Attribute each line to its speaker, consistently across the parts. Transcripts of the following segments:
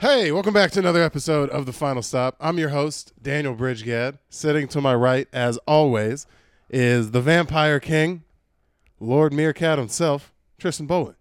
Speaker 1: hey, welcome back to another episode of The Final Stop. I'm your host, Daniel Bridgegad. Sitting to my right, as always, is the Vampire King, Lord Meerkat himself, Tristan Bowen.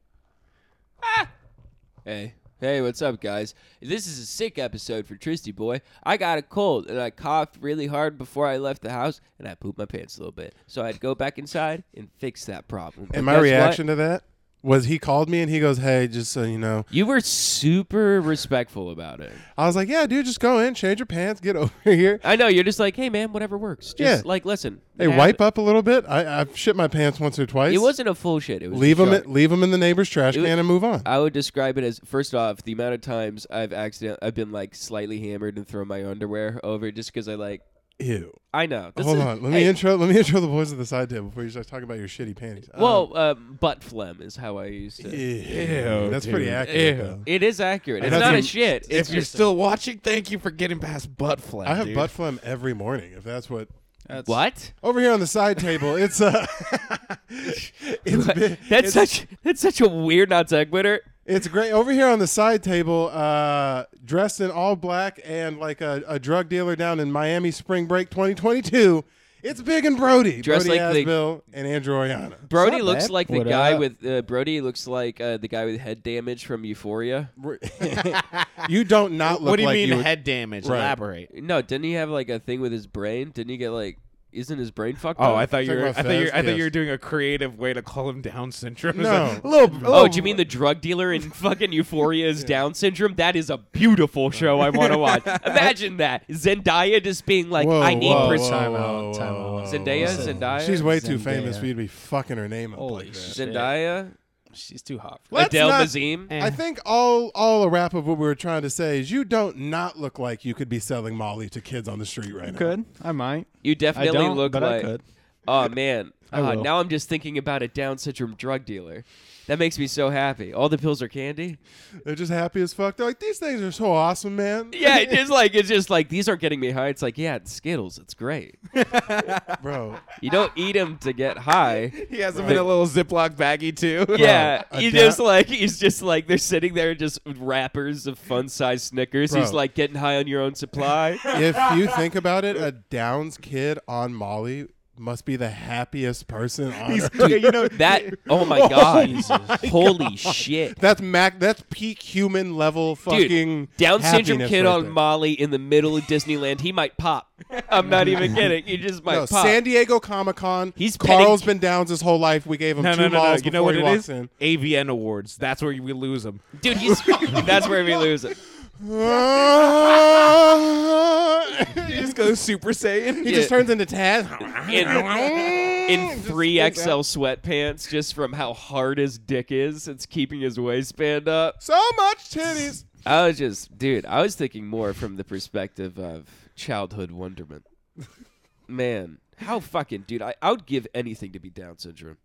Speaker 2: Hey, hey, what's up, guys? This is a sick episode for Tristy Boy. I got a cold and I coughed really hard before I left the house, and I pooped my pants a little bit. So I'd go back inside and fix that problem. But
Speaker 1: And my
Speaker 2: guess what?
Speaker 1: reaction to that was he called me and he goes, Hey, just so you know.
Speaker 2: You were super respectful about it.
Speaker 1: I was like, Yeah, dude, just go in, change your pants, get over here.
Speaker 2: I know you're just like, hey, man, whatever works. Just
Speaker 1: Yeah.
Speaker 2: like, listen.
Speaker 1: Hey, wipe up a little bit. I, I've shit my pants once or twice.
Speaker 2: It wasn't a full shit. It was
Speaker 1: leave
Speaker 2: a
Speaker 1: them,
Speaker 2: sharp-
Speaker 1: leave them in the neighbor's trash
Speaker 2: It was- Uh,
Speaker 1: can and move on.
Speaker 2: I would describe it as first off the amount of times I've accident I've been like slightly hammered and thrown my underwear over just because I like
Speaker 1: Ew.
Speaker 2: I know. This
Speaker 1: Hold
Speaker 2: is-
Speaker 1: on. Let
Speaker 2: hey,
Speaker 1: me intro. Let me intro the boys at the side table before you start talking about your shitty panties. Um,
Speaker 2: Well, um, butt phlegm is how I used to.
Speaker 1: ew, that's pretty
Speaker 3: dude.
Speaker 1: accurate.
Speaker 3: Ew.
Speaker 1: Though.
Speaker 2: It is accurate.
Speaker 1: I
Speaker 2: It's
Speaker 1: have
Speaker 2: not
Speaker 1: to-
Speaker 2: a shit. It's
Speaker 3: if you're
Speaker 2: just a-
Speaker 3: still watching, thank you for getting past butt flap.
Speaker 1: I have
Speaker 3: dude.
Speaker 1: butt phlegm every morning. If that's what.
Speaker 3: That's-
Speaker 2: what?
Speaker 1: Over here on the side table, it's uh, it's, bi-
Speaker 2: That's
Speaker 1: it's,
Speaker 2: such that's such a weird not sequitur.
Speaker 1: it's great. Over here on the side table, uh, dressed in all black and like a, a drug dealer down in Miami Spring Break 2022. It's Big and Brody,
Speaker 2: Dressed
Speaker 1: Brody
Speaker 2: like the-
Speaker 1: Asbill and Andrew Oriana.
Speaker 2: Brody
Speaker 3: not
Speaker 2: looks
Speaker 3: bad.
Speaker 2: like the
Speaker 3: What
Speaker 2: guy
Speaker 3: up?
Speaker 2: with uh, Brody looks like uh, the guy with head damage from Euphoria.
Speaker 1: you don't not look
Speaker 3: What do you
Speaker 1: like
Speaker 3: mean
Speaker 1: would-
Speaker 3: head damage?
Speaker 1: Right.
Speaker 3: Elaborate.
Speaker 2: No, didn't he have like a thing with his brain? Didn't he get like? Isn't his brain fucked up?
Speaker 3: Oh, I thought you
Speaker 1: Talking
Speaker 3: were. I
Speaker 1: about
Speaker 3: thought you.
Speaker 1: Fez?
Speaker 3: I thought
Speaker 1: Yes.
Speaker 3: you were doing a creative way to call him Down syndrome. It's
Speaker 1: No.
Speaker 3: like, little, little,
Speaker 2: Oh, do you mean the drug dealer in fucking Euphoria's Down syndrome? That is a beautiful show. I want to watch. Imagine that Zendaya just being like,
Speaker 1: Whoa,
Speaker 2: "I need
Speaker 1: whoa,
Speaker 2: pers-
Speaker 1: whoa,
Speaker 3: Time
Speaker 1: whoa,
Speaker 3: out,
Speaker 1: whoa,
Speaker 3: time
Speaker 1: whoa,
Speaker 3: out.
Speaker 1: whoa,
Speaker 2: Zendaya,
Speaker 1: whoa.
Speaker 2: Zendaya.
Speaker 1: She's way too
Speaker 3: Zendaya.
Speaker 1: famous for you to be fucking her name up
Speaker 3: Holy
Speaker 1: like that.
Speaker 3: shit.
Speaker 2: Zendaya,
Speaker 3: She's too hot. For
Speaker 1: Let's
Speaker 2: Adele
Speaker 1: not-
Speaker 2: Bazim.
Speaker 3: Eh.
Speaker 1: I think all all a wrap of what we were trying to say is you don't not look like you could be selling Molly to kids on the street right now.
Speaker 4: Could I might?
Speaker 2: You definitely
Speaker 4: I don't,
Speaker 2: look
Speaker 4: but
Speaker 2: like.
Speaker 4: I could.
Speaker 2: Oh man!
Speaker 4: I
Speaker 2: Ah,
Speaker 4: will.
Speaker 2: now I'm just thinking about a Down syndrome drug dealer. That makes me so happy. All the pills are candy.
Speaker 1: They're just happy as fuck. They're like, these things are so awesome, man.
Speaker 2: Yeah, it is like it's just like these aren't getting me high. It's like yeah, it's Skittles. It's great.
Speaker 1: bro.
Speaker 2: You don't eat them to get high.
Speaker 3: He has him in a little Ziploc baggie too.
Speaker 2: Yeah,
Speaker 1: a
Speaker 2: you
Speaker 1: da-
Speaker 2: just like he's just like they're sitting there just wrappers of fun sized Snickers. He's
Speaker 1: Bro.
Speaker 2: like getting high on your own supply.
Speaker 1: If you think about it, a Downs kid on Molly must be the happiest person on earth.
Speaker 2: Dude, that oh my god,
Speaker 4: Oh
Speaker 2: holy shit.
Speaker 1: That's Mac. That's peak human level fucking
Speaker 2: Dude, Down syndrome
Speaker 1: happiness
Speaker 2: kid
Speaker 1: right
Speaker 2: on
Speaker 1: there.
Speaker 2: Molly in the middle of Disneyland, he might pop. I'm not even kidding. He just might
Speaker 1: No,
Speaker 2: pop.
Speaker 1: San Diego Comic Con.
Speaker 2: He's
Speaker 1: Carl's
Speaker 2: petting-
Speaker 1: been Downs his whole life. We gave him
Speaker 3: No,
Speaker 1: two
Speaker 3: no, no, no.
Speaker 1: malls
Speaker 3: You know
Speaker 1: before
Speaker 3: what
Speaker 1: he
Speaker 3: it
Speaker 1: walks
Speaker 3: is?
Speaker 1: in.
Speaker 3: AVN awards. That's where we lose him.
Speaker 2: Dude, he's that's where we lose it.
Speaker 3: He just goes Super Saiyan.
Speaker 1: he
Speaker 2: Yeah.
Speaker 1: just turns into Taz.
Speaker 2: In, in three XL sweatpants just from how hard his dick is. It's keeping his waistband up.
Speaker 1: so much titties.
Speaker 2: I was just dude, I was thinking more from the perspective of childhood wonderment. Man, how fucking dude, I, I would give anything to be Down syndrome.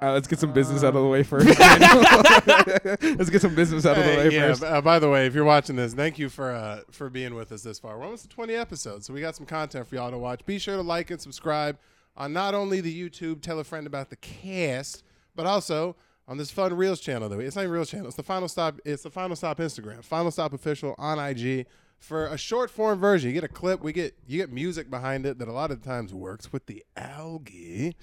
Speaker 3: Uh, let's get some business out of the way first. let's get some business out of the
Speaker 1: Hey,
Speaker 3: way
Speaker 1: yeah,
Speaker 3: first.
Speaker 1: b- uh, by the way, if you're watching this, thank you for uh, for being with us this far. We're almost to 20 episodes, so we got some content for y'all to watch. Be sure to like and subscribe on not only the YouTube, tell a friend about the cast, but also on this fun Reels channel. Though it's not even Reels channel, it's the Final Stop. It's the Final Stop Instagram, Final Stop official on IG for a short form version. You get a clip, we get you get music behind it that a lot of the times works with the algae.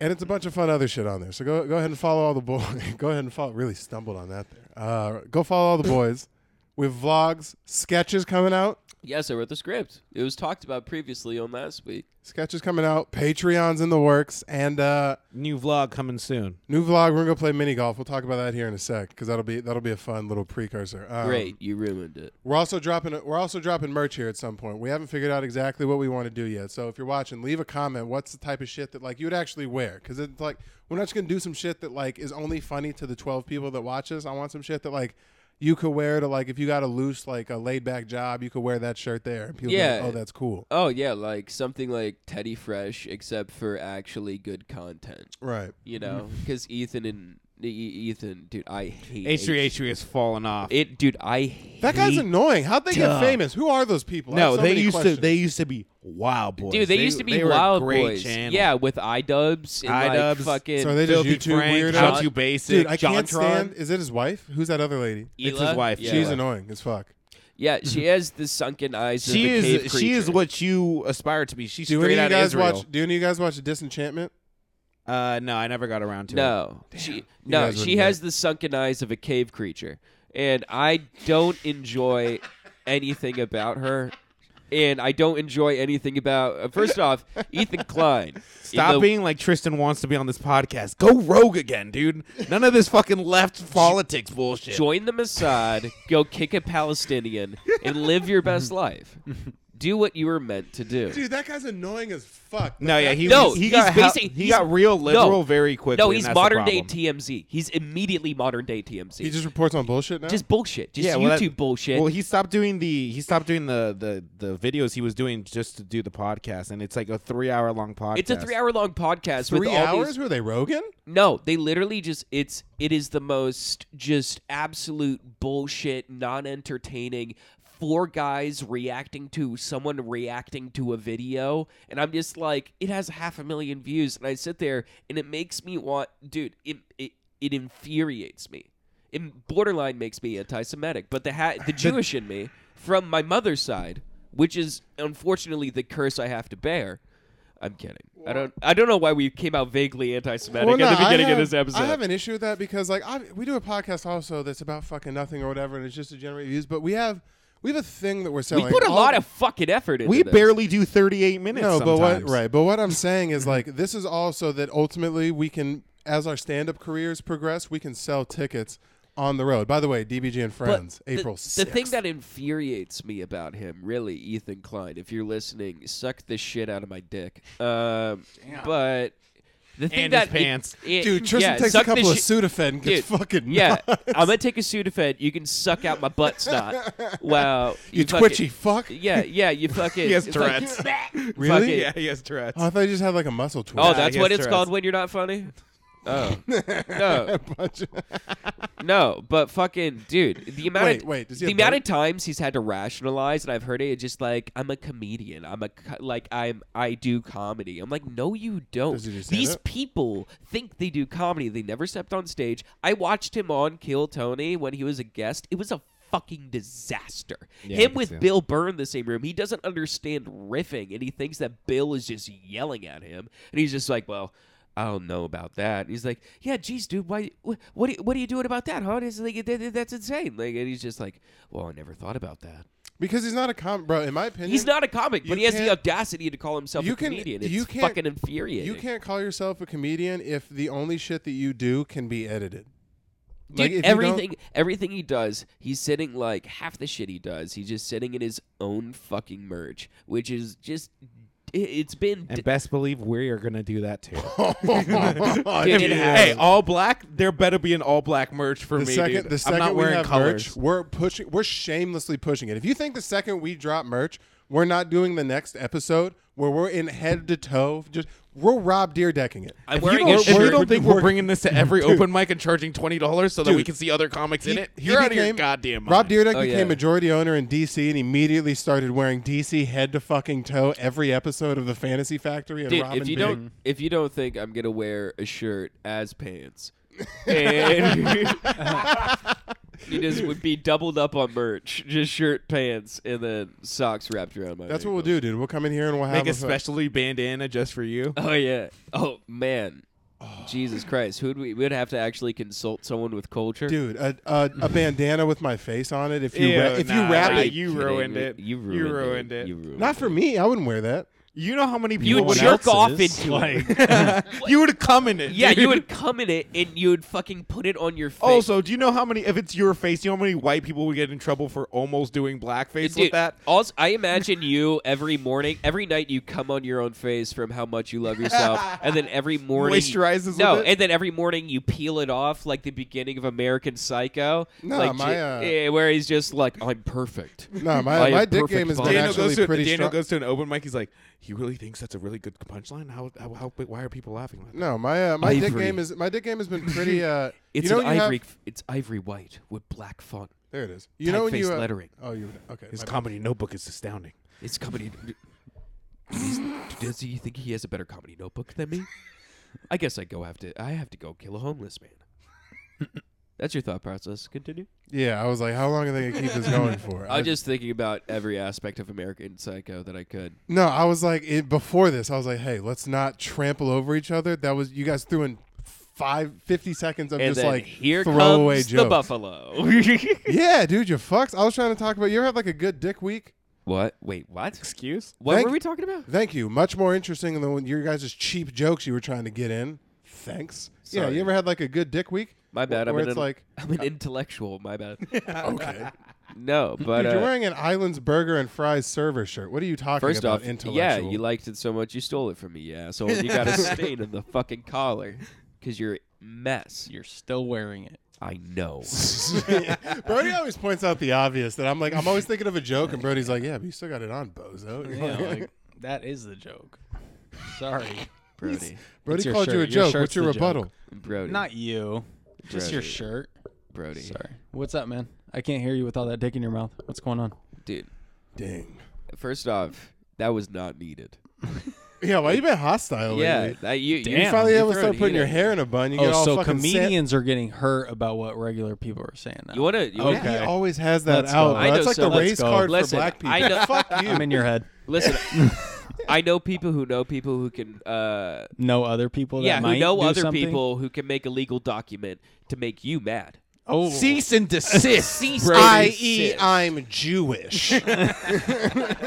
Speaker 1: And it's a bunch of fun other shit on there. So go go ahead and follow all the boys. go ahead and follow. Really stumbled on that there. Uh, go follow all the boys. We have vlogs, sketches coming out.
Speaker 2: Yes, I wrote the script. It was talked about previously on last week.
Speaker 1: Sketches coming out. Patreons in the works, and uh,
Speaker 3: New vlog coming soon.
Speaker 1: new vlog. We're gonna go play mini golf. We'll talk about that here in a sec because that'll be that'll be a fun little precursor. Um,
Speaker 2: Great, you ruined it.
Speaker 1: We're also dropping we're also dropping merch here at some point. We haven't figured out exactly what we want to do yet. So if you're watching, leave a comment. What's the type of shit that like you would actually wear? Because it's like we're not just gonna do some shit that like is only funny to the 12 people that watch us. I want some shit that like you could wear to like if you got a loose like a laid back job, you could wear that shirt there. And people yeah.
Speaker 2: Yeah.
Speaker 1: oh, that's cool.
Speaker 2: Oh yeah, like something like Teddy Fresh, except for actually good content.
Speaker 1: Right.
Speaker 4: Mm.
Speaker 2: You know, because Ethan and E- Ethan, dude, I hate H-
Speaker 4: H3H3 has fallen off.
Speaker 2: It, dude, I hate
Speaker 1: That guy's annoying. How'd they get
Speaker 4: Duh.
Speaker 1: famous? Who are those people? I have
Speaker 4: no,
Speaker 1: so
Speaker 4: they
Speaker 1: many
Speaker 4: used
Speaker 1: questions.
Speaker 4: to they used to be Wild Boys.
Speaker 2: Dude, they, used to be
Speaker 4: they were a
Speaker 2: Wild
Speaker 4: great
Speaker 2: Boys.
Speaker 4: channel.
Speaker 2: Yeah, with iDubbbz and
Speaker 4: iDubbbz.
Speaker 2: like fucking
Speaker 1: So are they just
Speaker 4: Filthy
Speaker 1: YouTube
Speaker 4: Frank,
Speaker 1: weirdos?
Speaker 4: How to
Speaker 2: John-
Speaker 4: Basic,
Speaker 1: Dude, I
Speaker 4: John
Speaker 1: can't
Speaker 4: Tron.
Speaker 1: stand. Is it his wife? Who's that other lady?
Speaker 4: it's
Speaker 2: Ela?
Speaker 4: his wife,
Speaker 2: Yeah.
Speaker 4: Sheila.
Speaker 1: She's annoying as fuck.
Speaker 2: Yeah, she has the sunken eyes. of
Speaker 4: She
Speaker 2: a cave
Speaker 4: is she is
Speaker 2: creature.
Speaker 4: what you aspire to be. She's
Speaker 1: Do any of
Speaker 4: straight
Speaker 1: you
Speaker 4: out
Speaker 1: guys
Speaker 4: of Israel.
Speaker 1: watch? Do any of you guys watch Disenchantment?
Speaker 4: Uh, no, I never got around to it.
Speaker 2: No, she no,
Speaker 1: guys
Speaker 2: she
Speaker 1: wouldn't
Speaker 2: has the sunken eyes of a cave creature, and I don't enjoy anything about her, and I don't enjoy anything about. uh, First off, Ethan Klein.
Speaker 4: Stop
Speaker 2: in the-
Speaker 4: being like Tristan wants to be on this podcast. Go rogue again, dude. None of this fucking left politics bullshit.
Speaker 2: Join the Mossad, go kick a Palestinian, and live your best life. Do what you were meant to do.
Speaker 1: Dude, that guy's annoying as fuck.
Speaker 4: no, yeah, he
Speaker 2: No,
Speaker 4: he
Speaker 2: he's
Speaker 4: got hel-
Speaker 2: basic-
Speaker 4: he
Speaker 2: he's-
Speaker 4: got real liberal
Speaker 2: no.
Speaker 4: very quickly.
Speaker 2: no,
Speaker 4: and
Speaker 2: he's
Speaker 4: that's the
Speaker 2: modern day
Speaker 4: problem.
Speaker 2: TMZ. He's immediately modern day TMZ.
Speaker 1: He just reports on bullshit now.
Speaker 2: Just bullshit. Just
Speaker 4: Yeah, well, that-
Speaker 2: YouTube bullshit.
Speaker 4: Well, he stopped doing the he stopped doing the the the videos he was doing just to do the podcast, and it's like a three hour long podcast.
Speaker 2: it's a three hour long podcast
Speaker 1: Three
Speaker 2: with all
Speaker 1: hours?
Speaker 2: these
Speaker 1: Were they Rogan?
Speaker 2: No, they literally just it's it is the most just absolute bullshit, non-entertaining four guys reacting to someone reacting to a video and I'm just like it has half a million views and I sit there and it makes me want dude, it it, it infuriates me. It borderline makes me anti-Semitic, but the ha- the Jewish in me from my mother's side, which is unfortunately the curse I have to bear. I'm kidding. I don't. I don't know why we came out vaguely anti-Semitic
Speaker 1: Well,
Speaker 2: at the
Speaker 1: no, I
Speaker 2: beginning
Speaker 1: have-
Speaker 2: of this episode.
Speaker 1: I have an issue with that because like I, we do a podcast also that's about fucking nothing or whatever, and it's just to generate views. But we have we have a thing that we're
Speaker 2: we
Speaker 1: selling.
Speaker 2: put a
Speaker 1: All-
Speaker 2: lot of fucking effort into
Speaker 4: we
Speaker 2: this.
Speaker 4: barely do thirty eight minutes.
Speaker 1: no, but what
Speaker 4: sometimes.
Speaker 1: right? But what I'm saying is like this is also that ultimately we can, as our stand-up careers progress, we can sell tickets on the road. By the way, DBG and
Speaker 2: But
Speaker 1: Friends,
Speaker 2: the-
Speaker 1: April.
Speaker 2: The,
Speaker 1: 6th.
Speaker 2: thing that infuriates me about him, really, Ethan Klein, if you're listening, suck the shit out of my dick. Um, but the thing
Speaker 4: And his
Speaker 2: that it-
Speaker 4: pants.
Speaker 2: it-
Speaker 1: dude, Tristan
Speaker 2: yeah,
Speaker 1: takes a
Speaker 2: suck the
Speaker 1: couple of
Speaker 2: shi-
Speaker 1: Sudafed and gets
Speaker 2: Dude,
Speaker 1: fucking
Speaker 2: yeah,
Speaker 1: nuts.
Speaker 2: I'm gonna take a Sudafed. You can suck out my butt snot. Wow,
Speaker 1: You
Speaker 2: fucking-
Speaker 1: twitchy fuck.
Speaker 2: Yeah, yeah, you fucking.
Speaker 4: He has
Speaker 2: it's like-
Speaker 4: Tourette's.
Speaker 1: Really?
Speaker 2: fucking-
Speaker 4: Yeah, he has Tourette's.
Speaker 1: Oh, I thought you just had like a muscle twitch.
Speaker 2: Oh,
Speaker 4: Yeah,
Speaker 2: that's
Speaker 4: he
Speaker 2: what
Speaker 4: has
Speaker 2: it's
Speaker 4: Tourette's.
Speaker 2: called when you're not funny. Oh no,
Speaker 1: Bunch of-
Speaker 2: no, but fucking dude, the amount
Speaker 1: Wait,
Speaker 2: of,
Speaker 1: wait, does he
Speaker 2: the
Speaker 1: have
Speaker 2: amount
Speaker 1: both?
Speaker 2: of times he's had to rationalize, and I've heard it just like I'm a comedian, I'm a co- like I'm I do comedy. I'm like, no, you don't.
Speaker 1: Does he do stand-up?
Speaker 2: These people think they do comedy. They never stepped on stage. I watched him on Kill Tony when he was a guest. It was a fucking disaster.
Speaker 4: I
Speaker 2: him
Speaker 4: can see
Speaker 2: with
Speaker 4: that.
Speaker 2: Bill Burr in the same room. He doesn't understand riffing, and he thinks that Bill is just yelling at him, and he's just like, "Well, I don't know about that." And he's like, "Yeah, geez, dude, why? wh- What? Are, what are you doing about that, huh?" And it's like, "That- that- "That's insane." Like, and he's just like, "Well, I never thought about that."
Speaker 1: because he's not a com, bro. In my opinion,
Speaker 2: He's not a comic, but
Speaker 1: you
Speaker 2: he has the
Speaker 1: can't-
Speaker 2: audacity to call himself
Speaker 1: you
Speaker 2: a
Speaker 1: can-
Speaker 2: comedian. It's
Speaker 1: you can't-
Speaker 2: fucking infuriating.
Speaker 1: You can't call yourself a comedian if the only shit that you do can be edited.
Speaker 2: Dude,
Speaker 1: if you don't-
Speaker 2: everything everything he does, he's sitting like half the shit he does. He's just sitting in his own fucking merch, which is just it- it's been d-
Speaker 4: And best believe we are gonna do that too.
Speaker 2: Dude,
Speaker 4: If-
Speaker 2: it has-
Speaker 4: hey, all black. There better be an all black merch for
Speaker 1: the
Speaker 4: me.
Speaker 1: second,
Speaker 4: dude.
Speaker 1: the second
Speaker 4: I'm not
Speaker 1: we
Speaker 4: wearing
Speaker 1: have
Speaker 4: colors.
Speaker 1: merch, we're pushing. We're shamelessly pushing it. If you think the second we drop merch, we're not doing the next episode where we're in head to toe. Just we're Rob Deer decking it.
Speaker 2: I'm
Speaker 4: If you
Speaker 2: wearing
Speaker 4: don't,
Speaker 2: a
Speaker 4: if you
Speaker 2: shirt.
Speaker 4: don't think we're
Speaker 1: We're-
Speaker 4: bringing this to every open mic and charging twenty dollars so that we
Speaker 1: Dude,
Speaker 4: can see other comics in it,
Speaker 1: He- he
Speaker 4: you're out of your
Speaker 1: became-
Speaker 4: goddamn mind.
Speaker 1: Rob Dyrdek
Speaker 2: Oh, yeah.
Speaker 1: became majority owner in DC and immediately started wearing DC head to fucking toe every episode of the Fantasy Factory and
Speaker 2: Dude,
Speaker 1: Robin
Speaker 2: if you
Speaker 1: Big.
Speaker 2: don't if you don't think I'm gonna wear a shirt as pants, and you just would be doubled up on merch, just shirt, pants, and then socks wrapped around my.
Speaker 1: That's what we'll
Speaker 2: ankles.
Speaker 1: do, dude. We'll come in here and we'll have
Speaker 4: Make a
Speaker 1: hook.
Speaker 4: specially bandana just for you.
Speaker 2: Oh yeah. Oh man.
Speaker 1: Oh.
Speaker 2: Jesus Christ! Who would we? We would have to actually consult someone with culture.
Speaker 1: dude a, a, a bandana with my face on it. If you ra- if you
Speaker 4: nah,
Speaker 1: wrap
Speaker 4: nah,
Speaker 1: it,
Speaker 4: you
Speaker 2: Kidding
Speaker 4: ruined
Speaker 2: me.
Speaker 4: it.
Speaker 2: You ruined, it. You ruined
Speaker 1: not
Speaker 2: it.
Speaker 1: for me. I wouldn't wear that.
Speaker 4: You know how many
Speaker 2: You
Speaker 4: people
Speaker 2: would
Speaker 4: would
Speaker 2: jerk
Speaker 4: else
Speaker 2: off
Speaker 4: is?
Speaker 2: into
Speaker 4: like,
Speaker 2: it.
Speaker 4: you would come in it.
Speaker 2: Yeah,
Speaker 4: dude.
Speaker 2: you would come in it and you would fucking put it on your face.
Speaker 4: Also, do you know how many? If it's your face, do you know how many white people would get in trouble for almost doing blackface with
Speaker 2: Dude,
Speaker 4: that?
Speaker 2: Also, I imagine you every morning, every night you come on your own face from how much you love yourself, and then every morning
Speaker 4: Moisturizes
Speaker 2: No,
Speaker 4: with it?
Speaker 2: and then every morning you peel it off like the beginning of American Psycho.
Speaker 1: No,
Speaker 2: like,
Speaker 1: my,
Speaker 2: j-
Speaker 1: uh,
Speaker 2: eh, where he's just like, I'm perfect.
Speaker 1: No, my,
Speaker 2: I am
Speaker 1: my dick
Speaker 2: Oh, perfect
Speaker 1: game has been
Speaker 2: body.
Speaker 4: Daniel
Speaker 1: actually
Speaker 4: goes to
Speaker 1: pretty
Speaker 4: Daniel
Speaker 1: strong.
Speaker 4: goes to an open mic. He's like, he really thinks that's a really good punchline. How, how, how why are people laughing? Like that?
Speaker 1: No, my uh, my dick
Speaker 2: Ivory.
Speaker 1: game is my dick game has been pretty. Uh,
Speaker 2: It's
Speaker 1: you know
Speaker 2: an
Speaker 1: when you have-
Speaker 2: ivory. it's ivory white with black font.
Speaker 1: there it is. You know when you
Speaker 2: Typeface
Speaker 1: uh,
Speaker 2: lettering.
Speaker 1: Oh, you okay?
Speaker 4: His
Speaker 1: my bad.
Speaker 4: comedy notebook is astounding.
Speaker 2: It's comedy. He's- Does he think he has a better comedy notebook than me? I guess I go have to. I have to go kill a homeless man. That's your thought process. Continue.
Speaker 1: Yeah, I was like, how long are they gonna keep this going for?
Speaker 2: I was just thinking about every aspect of American Psycho that I could.
Speaker 1: no, I was like it, before this, I was like, hey, let's not trample over each other. That was you guys threw in five fifty seconds of
Speaker 2: and
Speaker 1: just
Speaker 2: then
Speaker 1: like
Speaker 2: here
Speaker 1: throwaway
Speaker 2: comes
Speaker 1: jokes.
Speaker 2: the buffalo.
Speaker 1: yeah, dude, you fucks. I was trying to talk about. You ever had like a good dick week?
Speaker 2: what? Wait, what?
Speaker 4: Excuse?
Speaker 2: What
Speaker 1: Thank-
Speaker 2: were we talking about?
Speaker 1: Thank you. Much more interesting than your guys' cheap jokes you were trying to get in. Thanks. Yeah,
Speaker 2: Sorry.
Speaker 1: you ever had like a good dick week?
Speaker 2: My bad.
Speaker 1: Where
Speaker 2: I'm an,
Speaker 1: it's like, uh,
Speaker 2: I'm an intellectual. My bad.
Speaker 1: okay.
Speaker 2: No, but
Speaker 1: Dude,
Speaker 2: uh,
Speaker 1: you're wearing an Islands Burger and Fries server shirt. What are you talking
Speaker 2: First
Speaker 1: about?
Speaker 2: off, yeah,
Speaker 1: intellectual.
Speaker 2: you liked it so much you stole it from me, yeah. So you got a stain in the fucking collar because you're a mess. You're,
Speaker 5: You're still wearing it.
Speaker 2: I know.
Speaker 1: Brody always points out the obvious that I'm like I'm always thinking of a joke, and Brody's like, "Yeah, but you still got it on, bozo."
Speaker 5: Yeah, like, that is the joke. Sorry.
Speaker 2: Brody.
Speaker 1: Brody
Speaker 5: It's your
Speaker 1: called you a
Speaker 5: shirt. Your
Speaker 1: joke. What's
Speaker 5: shirt's
Speaker 1: your
Speaker 5: the
Speaker 1: rebuttal?
Speaker 5: joke.
Speaker 2: Brody.
Speaker 5: Not you. Just your
Speaker 2: Brody.
Speaker 5: shirt.
Speaker 2: Brody.
Speaker 5: Sorry. What's up, man? I can't hear you with all that dick in your mouth. What's going on?
Speaker 2: Dude,
Speaker 1: Dang.
Speaker 2: first off, that was not needed.
Speaker 1: Yeah, why you been hostile?
Speaker 2: yeah.
Speaker 1: lately?
Speaker 2: That, you,
Speaker 5: Damn.
Speaker 2: you
Speaker 1: You finally
Speaker 2: you're
Speaker 1: able to
Speaker 2: throwing
Speaker 1: start putting
Speaker 2: heat
Speaker 1: your
Speaker 2: at-
Speaker 1: hair in a bun. You get
Speaker 5: Oh,
Speaker 1: all
Speaker 5: so
Speaker 1: fucking
Speaker 5: comedians are getting hurt about what regular people are saying now.
Speaker 2: You want to. You wanna,
Speaker 1: Sam-
Speaker 5: Okay.
Speaker 1: He always has that
Speaker 5: Let's
Speaker 1: out.
Speaker 5: go.
Speaker 1: bro.
Speaker 5: I know
Speaker 1: That's like
Speaker 2: so.
Speaker 1: the
Speaker 2: Let's
Speaker 1: race
Speaker 5: go.
Speaker 1: card
Speaker 2: Listen,
Speaker 1: for black people.
Speaker 2: I know-
Speaker 1: Fuck you.
Speaker 5: I'm in your head.
Speaker 2: Listen, I know people who know people who can. Uh,
Speaker 5: Know other people that
Speaker 2: yeah,
Speaker 5: might
Speaker 2: who know
Speaker 5: do
Speaker 2: other
Speaker 5: something?
Speaker 2: people who can make a legal document to make you mad.
Speaker 5: Oh,
Speaker 4: Cease and desist.
Speaker 2: Cease
Speaker 4: Brody.
Speaker 2: and
Speaker 1: I.e.,
Speaker 2: desist.
Speaker 1: E, I'm Jewish.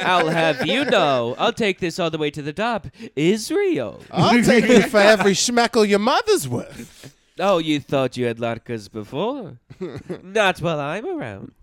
Speaker 2: I'll have you know, I'll take this all the way to the top. Israel.
Speaker 1: I'll take you for every schmeckle your mother's worth.
Speaker 2: Oh, you thought you had latkes before? Not while I'm around.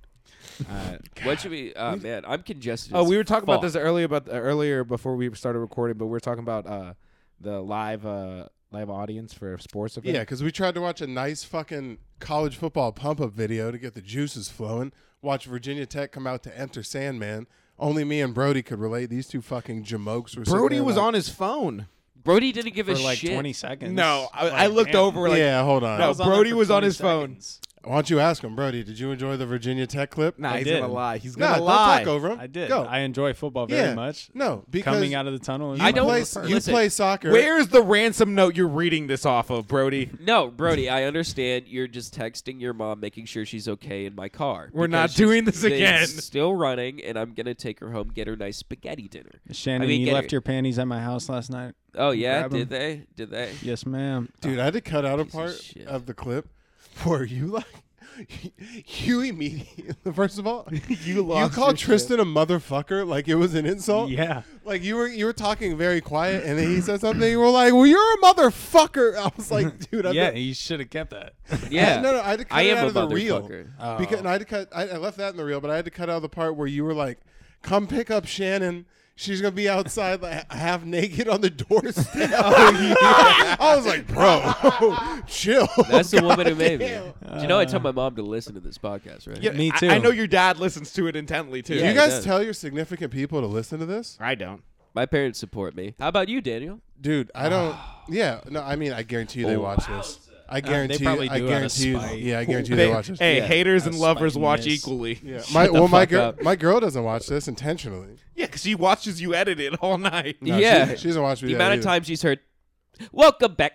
Speaker 2: Uh, What should we? Oh man, I'm congested.
Speaker 4: Oh,
Speaker 2: as
Speaker 4: we were talking about
Speaker 2: fuck.
Speaker 4: this earlier about uh, earlier before we started recording, but we were talking about uh, the live uh, live audience for sports event.
Speaker 1: Yeah, because we tried to watch a nice fucking college football pump up video to get the juices flowing. Watch Virginia Tech come out to enter Sandman. Only me and Brody could relate. These two fucking jamokes were. sitting
Speaker 4: Brody
Speaker 1: there
Speaker 4: was
Speaker 1: like-
Speaker 4: on his phone.
Speaker 2: Brody didn't give
Speaker 5: for
Speaker 2: a
Speaker 5: like
Speaker 2: shit.
Speaker 5: 20 seconds.
Speaker 4: I,
Speaker 5: Like, damn.
Speaker 1: yeah, hold on.
Speaker 4: No.
Speaker 5: I was on there
Speaker 4: Brody
Speaker 5: for
Speaker 4: was on
Speaker 5: 20
Speaker 4: his phone.
Speaker 5: seconds.
Speaker 1: Why don't you ask him, Brody? Did you enjoy the Virginia Tech clip?
Speaker 4: Nah,
Speaker 5: I
Speaker 4: he's
Speaker 5: did.
Speaker 4: gonna lie. He's
Speaker 1: nah,
Speaker 4: gonna
Speaker 1: don't
Speaker 4: lie.
Speaker 1: talk over him.
Speaker 5: I did.
Speaker 1: Go.
Speaker 5: I enjoy football very
Speaker 1: yeah.
Speaker 5: much.
Speaker 1: No, because
Speaker 5: Coming out of the tunnel. is
Speaker 1: you
Speaker 5: my
Speaker 2: I don't-
Speaker 1: play,
Speaker 5: preferred.
Speaker 1: you
Speaker 2: Listen.
Speaker 1: play soccer.
Speaker 4: Where's the ransom note you're reading this off of, Brody?
Speaker 2: No, Brody, I understand. You're just texting your mom, making sure she's okay in my car.
Speaker 4: We're not
Speaker 2: because
Speaker 4: doing
Speaker 2: she's-
Speaker 4: this again.
Speaker 2: it's Still running, and I'm gonna take her home, get her nice spaghetti dinner.
Speaker 5: Shannon,
Speaker 2: I mean,
Speaker 5: you
Speaker 2: get
Speaker 5: left
Speaker 2: her-
Speaker 5: your panties at my house last night.
Speaker 2: Oh yeah,
Speaker 5: Grab
Speaker 2: did
Speaker 5: 'em.
Speaker 2: they? Did they?
Speaker 5: Yes, ma'am.
Speaker 1: Dude, I had to cut out a
Speaker 2: piece of
Speaker 1: part
Speaker 2: shit.
Speaker 1: of, the clip where you like you immediately first of all you
Speaker 4: lost
Speaker 1: called
Speaker 4: your shit.
Speaker 1: Tristan a motherfucker like it was an insult.
Speaker 5: Yeah.
Speaker 1: Like you were you were talking very quiet and then he said something you were like, Well you're a motherfucker. I was like, dude, I'm
Speaker 5: Yeah,
Speaker 1: not-
Speaker 5: you should have kept that.
Speaker 2: Yeah.
Speaker 1: no, no, I had to cut
Speaker 2: I
Speaker 1: it
Speaker 2: am
Speaker 1: out
Speaker 2: a
Speaker 1: of the reel.
Speaker 2: motherfucker.
Speaker 1: Because and I had to cut I, I left that in the reel, but I had to cut out the part where you were like, Come pick up Shannon. She's gonna be outside like half naked on the doorstep. I was like, bro, chill.
Speaker 2: Oh, That's the woman who made me. Do you know I tell my mom to listen to this podcast, right?
Speaker 5: Yeah. Me
Speaker 4: I-
Speaker 5: too.
Speaker 4: I, know your dad listens to it intently too.
Speaker 2: Yeah.
Speaker 1: Do you
Speaker 2: he
Speaker 1: guys
Speaker 2: does.
Speaker 1: tell your significant people to listen to this?
Speaker 4: I don't.
Speaker 2: My parents support me. How about you, Daniel?
Speaker 1: Dude, I don't. yeah, no, I mean, I guarantee you
Speaker 2: Oh,
Speaker 1: they watch this.
Speaker 2: Uh,
Speaker 1: I guarantee.
Speaker 5: probably
Speaker 1: I
Speaker 5: do out of
Speaker 1: guarantee. You,
Speaker 5: spite.
Speaker 1: yeah, I guarantee
Speaker 4: They-
Speaker 1: they watch this.
Speaker 4: hey,
Speaker 2: Yeah.
Speaker 4: haters and
Speaker 5: That's
Speaker 4: lovers
Speaker 5: fucking
Speaker 4: watch
Speaker 5: miss.
Speaker 4: equally.
Speaker 1: Yeah. My well, my
Speaker 2: fuck
Speaker 1: girl,
Speaker 2: up.
Speaker 1: my girl doesn't watch this intentionally.
Speaker 4: Yeah, because he watches you edit it all night.
Speaker 1: No, she-
Speaker 2: yeah.
Speaker 1: she, doesn't watch me.
Speaker 2: the amount of times she's heard, "Welcome back,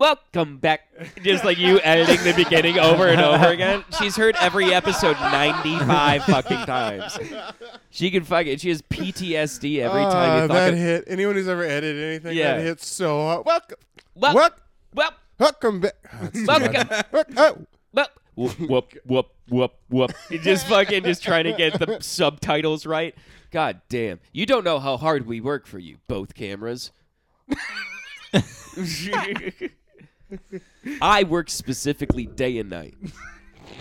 Speaker 2: welcome back," just like you editing the beginning over and over again. She's heard every episode ninety-five fucking times. She can fucking. She has PTSD every time you talk.
Speaker 1: Ah, that
Speaker 2: ab-
Speaker 1: hit. Anyone who's ever edited anything,
Speaker 2: Yeah.
Speaker 1: that hits so hard. Welcome,
Speaker 2: Wel-
Speaker 1: what?
Speaker 2: Well,
Speaker 1: Welcome back. Oh, it's too
Speaker 2: Welcome.
Speaker 1: much. Wel- oh.
Speaker 2: well. Whoop whoop whoop whoop whoop! You Just fucking just trying to get the subtitles right. God damn! You don't know how hard we work for you, both cameras. I work specifically day and night.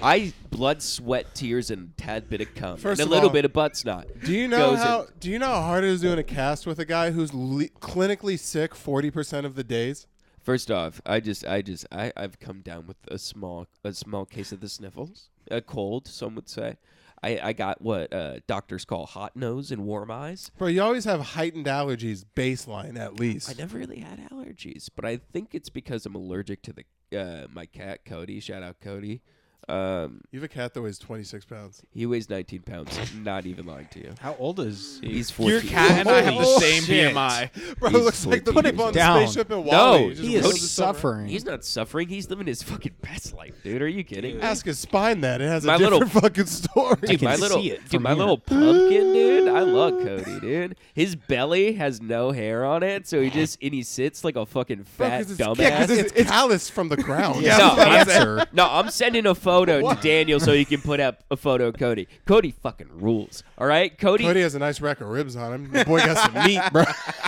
Speaker 2: I blood, sweat, tears, and tad bit of cum,
Speaker 1: First
Speaker 2: and
Speaker 1: of
Speaker 2: a little
Speaker 1: all,
Speaker 2: bit of butt snot.
Speaker 1: Do you know
Speaker 2: goes in.
Speaker 1: how? Do you know how hard it is doing a cast with a guy who's le- clinically sick forty percent of the days?
Speaker 2: First off, I just, I just, I, I've come down with a small, a small case of the sniffles, a cold, some would say. I, I got what uh, doctors call hot nose and warm eyes.
Speaker 1: Bro, you always have heightened allergies baseline at least.
Speaker 2: I never really had allergies, but I think it's because I'm allergic to the uh, my cat Cody. Shout out Cody. Um,
Speaker 1: You have a cat that weighs 26 pounds.
Speaker 2: he weighs 19 pounds. Not even lying to you.
Speaker 5: How old is he?
Speaker 2: He's 14.
Speaker 4: and I have the same
Speaker 5: shit.
Speaker 4: BMI.
Speaker 1: Bro,
Speaker 2: He's
Speaker 1: looks like the
Speaker 2: 14
Speaker 1: people on
Speaker 5: down.
Speaker 1: the spaceship in Wally.
Speaker 2: No,
Speaker 1: just
Speaker 5: He
Speaker 1: rode the
Speaker 5: is
Speaker 1: summer.
Speaker 5: suffering.
Speaker 2: He's not suffering. He's living his fucking best life, dude. Are you kidding? me?
Speaker 1: Ask his spine that. It has
Speaker 2: My
Speaker 1: a different
Speaker 2: little-
Speaker 1: fucking story.
Speaker 2: Dude, my
Speaker 5: see
Speaker 2: little,
Speaker 5: it
Speaker 2: dude,
Speaker 5: from
Speaker 2: my
Speaker 5: here.
Speaker 2: little pumpkin, dude. I love Cody, dude. His belly has no hair on it, so he just and he sits like a fucking fat
Speaker 1: Yeah,
Speaker 2: dumbass.
Speaker 1: 'cause it's, callous from the ground.
Speaker 2: no,
Speaker 1: That's what I'm
Speaker 2: I'm,
Speaker 1: saying.
Speaker 2: no, I'm sending a photo to Daniel so he can put up a photo of Cody. Cody fucking rules. All right, Cody,
Speaker 1: Cody has a nice rack of ribs on him. The boy got some meat, bro.